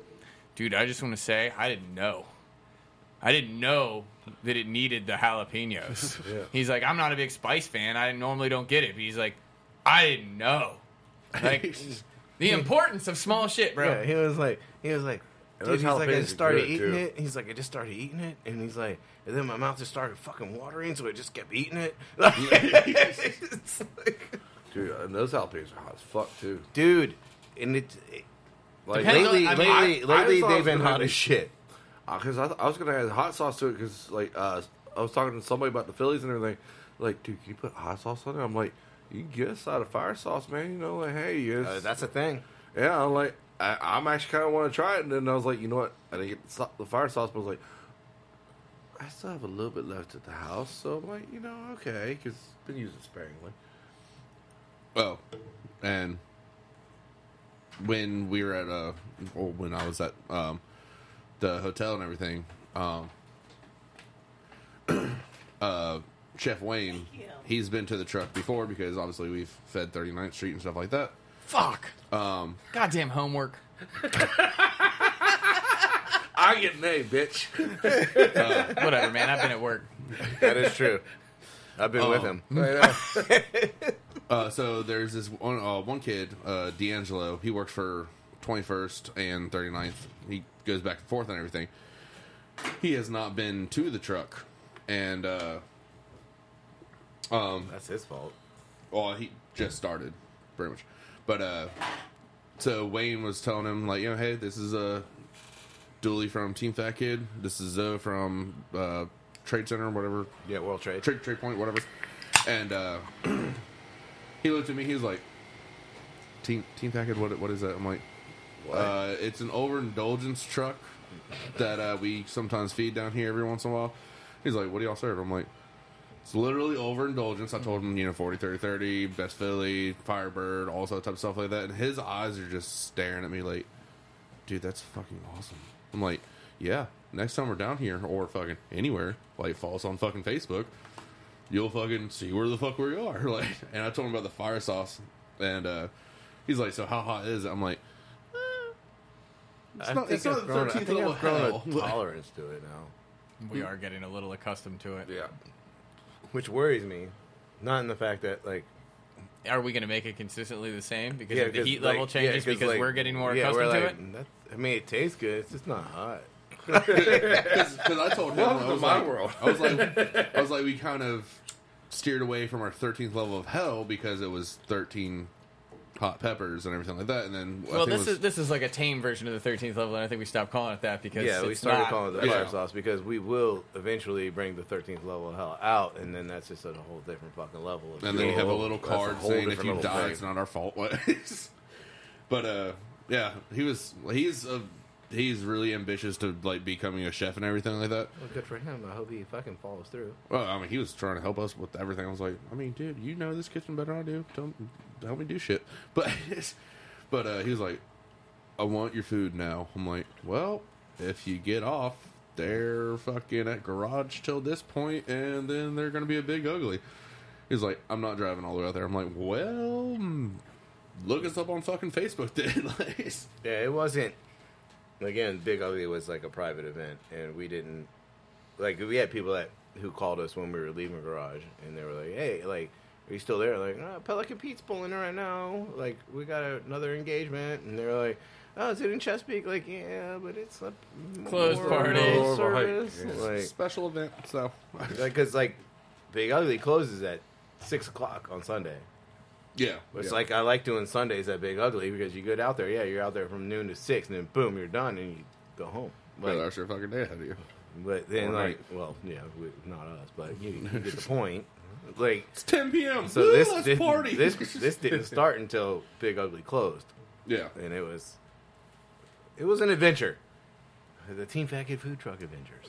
[SPEAKER 3] "Dude, I just want to say I didn't know. I didn't know that it needed the jalapenos." He's like, "I'm not a big spice fan. I normally don't get it." But he's like, "I didn't know." Like the importance of small shit, bro.
[SPEAKER 6] Yeah, he was like, he was like, dude,
[SPEAKER 1] those
[SPEAKER 6] he's
[SPEAKER 1] jalapenos
[SPEAKER 6] like, I
[SPEAKER 1] are
[SPEAKER 6] just started
[SPEAKER 1] good,
[SPEAKER 6] eating
[SPEAKER 1] too.
[SPEAKER 6] it. He's like, I just started eating it, and he's like, and then my mouth just started fucking watering, so I just kept eating it. Like, it's like-
[SPEAKER 1] Dude, and those jalapenos are hot as fuck too.
[SPEAKER 6] dude, and it, it-
[SPEAKER 1] Like
[SPEAKER 3] Depends
[SPEAKER 6] lately,
[SPEAKER 3] on- I mean,
[SPEAKER 6] lately,
[SPEAKER 1] I- I
[SPEAKER 6] lately,
[SPEAKER 1] thought it
[SPEAKER 6] they've
[SPEAKER 1] was
[SPEAKER 6] been
[SPEAKER 1] gonna
[SPEAKER 6] hot
[SPEAKER 1] be-
[SPEAKER 6] as shit.
[SPEAKER 1] because Uh, I, th- I was gonna add hot sauce to it because like uh, I was talking to somebody about the Phillies and everything. Like, dude, can you put hot sauce on it? I'm like, you can get a side of fire sauce, man. You know, like, hey, yes,
[SPEAKER 6] Uh, that's a thing.
[SPEAKER 1] yeah. I'm like, I, I'm actually kind of want to try it. And then I was like, you know what? I didn't get the, so- the fire sauce, but I was like, I still have a little bit left at the house, so I'm like, you know, okay, because been using it sparingly.
[SPEAKER 4] Oh, and when we were at uh, or when I was at um, the hotel and everything, um, uh, Chef Wayne, he's been to the truck before because obviously we've fed 39th Street and stuff like that.
[SPEAKER 3] Fuck. Um. Goddamn homework.
[SPEAKER 1] I get an A, bitch.
[SPEAKER 3] Whatever, man. I've been at work.
[SPEAKER 6] That is true. I've been
[SPEAKER 3] Oh.
[SPEAKER 6] with him.
[SPEAKER 4] Uh, so there's this one, uh, one kid, uh, D'Angelo. He works for 21st and 39th. He goes back and forth and everything. He has not been to the truck, and uh,
[SPEAKER 6] That's his fault.
[SPEAKER 4] Well, he just started, pretty much. But uh, so Wayne was telling him like, you know, hey, this is uh, Dooley from Team Fat Kid. This is Zoe from uh, Trade Center, whatever
[SPEAKER 6] Yeah, World Trade.
[SPEAKER 4] trade trade point, whatever. And uh, he looked at me. He was like, "Team team package, what what is that?" I'm like, uh, "It's an overindulgence truck that uh, we sometimes feed down here every once in a while." He's like, "What do y'all serve?" I'm like, "It's literally overindulgence." I told him, you know, 40, 30, 30, best Philly, Firebird, all that type of stuff like that. And his eyes are just staring at me like, dude, that's fucking awesome. I'm like, yeah, next time we're down here or fucking anywhere, like follow us on fucking Facebook, you'll fucking see where the fuck we are. Like, and I told him about the fire sauce, and uh, he's like, so how hot is it? I'm like,
[SPEAKER 6] It's
[SPEAKER 4] not- it's not the 13th level hell.
[SPEAKER 6] tolerance to it now,
[SPEAKER 3] We
[SPEAKER 6] Mm.
[SPEAKER 3] are getting a little accustomed to it.
[SPEAKER 1] yeah.
[SPEAKER 6] which worries me. Not in the fact that like
[SPEAKER 3] Are we going to make it consistently the same because
[SPEAKER 6] Yeah,
[SPEAKER 3] if the
[SPEAKER 6] 'cause,
[SPEAKER 3] heat
[SPEAKER 6] like-
[SPEAKER 3] level
[SPEAKER 6] yeah,
[SPEAKER 3] changes
[SPEAKER 6] 'cause,
[SPEAKER 3] because
[SPEAKER 6] like,
[SPEAKER 3] we're getting more
[SPEAKER 6] yeah,
[SPEAKER 3] accustomed
[SPEAKER 6] we're
[SPEAKER 3] to
[SPEAKER 6] like,
[SPEAKER 3] it?
[SPEAKER 6] "That- I mean, it tastes good. It's just not hot.
[SPEAKER 4] because I told him, I
[SPEAKER 1] to
[SPEAKER 4] was
[SPEAKER 1] my
[SPEAKER 4] like,
[SPEAKER 1] world.
[SPEAKER 4] I was like, I was like, we kind of steered away from our 13th level of hell because it was 13 hot peppers and everything like that, and then I
[SPEAKER 3] Well,
[SPEAKER 4] think it
[SPEAKER 3] this
[SPEAKER 4] was-
[SPEAKER 3] is this is like a tame version of the 13th level, and I think we stopped calling it that because
[SPEAKER 6] Yeah, we
[SPEAKER 3] it's
[SPEAKER 6] started
[SPEAKER 3] not-
[SPEAKER 6] calling it the
[SPEAKER 4] Yeah.
[SPEAKER 6] fire sauce because we will eventually bring the 13th level of hell out, and then that's just a whole different fucking level. Of
[SPEAKER 4] and then you have a
[SPEAKER 6] Oh,
[SPEAKER 4] little
[SPEAKER 6] that's a
[SPEAKER 4] card
[SPEAKER 6] whole
[SPEAKER 4] saying if
[SPEAKER 6] different
[SPEAKER 4] you
[SPEAKER 6] level
[SPEAKER 4] die,
[SPEAKER 6] thing.
[SPEAKER 4] it's not our fault. What? but uh, yeah, he was he's a, he's really ambitious to like becoming a chef and everything like that.
[SPEAKER 6] Well, good for him. I hope he fucking follows through.
[SPEAKER 4] Well, I mean, he was trying to help us with everything. I was like, I mean, dude, you know this kitchen better than I do. Don't help me do shit. But but uh, he was like, I want your food now. I'm like, well, if you get off, they're fucking at garage till this point, and then they're gonna be a big ugly. He's like, I'm not driving all the way out there. I'm like, well, mm, look us up on fucking Facebook, then. like,
[SPEAKER 6] Yeah, it wasn't. Again, Big Ugly was like a private event, and we didn't like we had people that who called us when we were leaving the garage, and they were like, "Hey, like, are you still there?" Like, "Ah, Pelican Pete's pulling in right now. Like, we got another engagement, and they're like. Oh, is it in Chesapeake? Like, yeah, but it's a
[SPEAKER 3] Closed
[SPEAKER 6] more
[SPEAKER 3] party.
[SPEAKER 6] rural
[SPEAKER 1] More of a hike,
[SPEAKER 6] service.
[SPEAKER 4] special event. So
[SPEAKER 6] Like, because like, Big Ugly closes at six o'clock on Sunday,
[SPEAKER 4] Yeah.
[SPEAKER 6] It's
[SPEAKER 4] yeah.
[SPEAKER 6] like I like doing Sundays at Big Ugly because you get out there, yeah, you're out there from noon to six, and then boom, you're done, and you go home.
[SPEAKER 4] Well,
[SPEAKER 6] Like,
[SPEAKER 4] that's your fucking day ahead of you.
[SPEAKER 6] but then,
[SPEAKER 4] Or
[SPEAKER 6] like,
[SPEAKER 4] night.
[SPEAKER 6] well, yeah, we, not us, but you, you get the point. Like,
[SPEAKER 4] It's 10 p.m.
[SPEAKER 6] so
[SPEAKER 4] Woo,
[SPEAKER 6] this
[SPEAKER 4] let's
[SPEAKER 6] didn't,
[SPEAKER 4] party.
[SPEAKER 6] this this didn't start until Big Ugly closed,
[SPEAKER 4] yeah.
[SPEAKER 6] and it was it was an adventure, the Team Fat Kid Food Truck Adventures.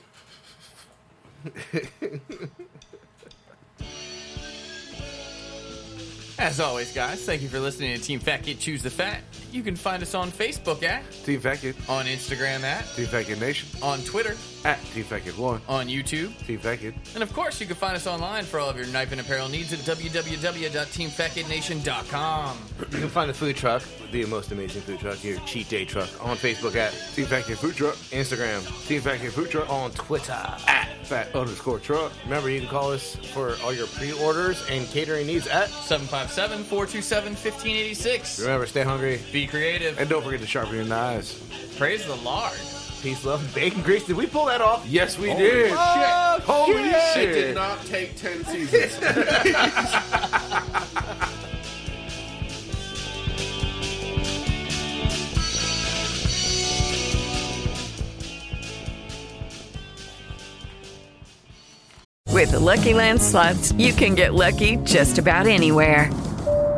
[SPEAKER 3] As always, guys, thank you for listening to Team Fat Kid Choose the Fat. You can find us on Facebook at,
[SPEAKER 1] Team Fat Kid,
[SPEAKER 3] on Instagram at,
[SPEAKER 1] Team Fat Kid Nation,
[SPEAKER 3] on Twitter,
[SPEAKER 1] at Team Fat Kid 1,
[SPEAKER 3] on YouTube,
[SPEAKER 1] Team Fat Kid.
[SPEAKER 3] and of course, you can find us online for all of your knife and apparel needs at www.teamfatkidnation.com.
[SPEAKER 6] You can find the food truck, the most amazing food truck, your cheat day truck, on Facebook at
[SPEAKER 1] Team Fat Kid Food Truck,
[SPEAKER 6] Instagram,
[SPEAKER 1] Team Fat Kid Food Truck,
[SPEAKER 6] on Twitter.
[SPEAKER 1] Fat underscore truck.
[SPEAKER 6] Remember, you can call us for all your pre-orders and catering needs at.
[SPEAKER 3] 757 427 1586.
[SPEAKER 6] Remember, stay hungry.
[SPEAKER 3] Be creative.
[SPEAKER 1] And don't forget to sharpen your knives.
[SPEAKER 3] Praise the Lord.
[SPEAKER 6] Peace, love, bacon grease. Did we pull that off?
[SPEAKER 1] Yes, we did.
[SPEAKER 4] Oh,
[SPEAKER 1] Holy
[SPEAKER 4] It did
[SPEAKER 1] shit.
[SPEAKER 4] not take 10 seasons.
[SPEAKER 8] With the Lucky Land slots, you can get lucky just about anywhere.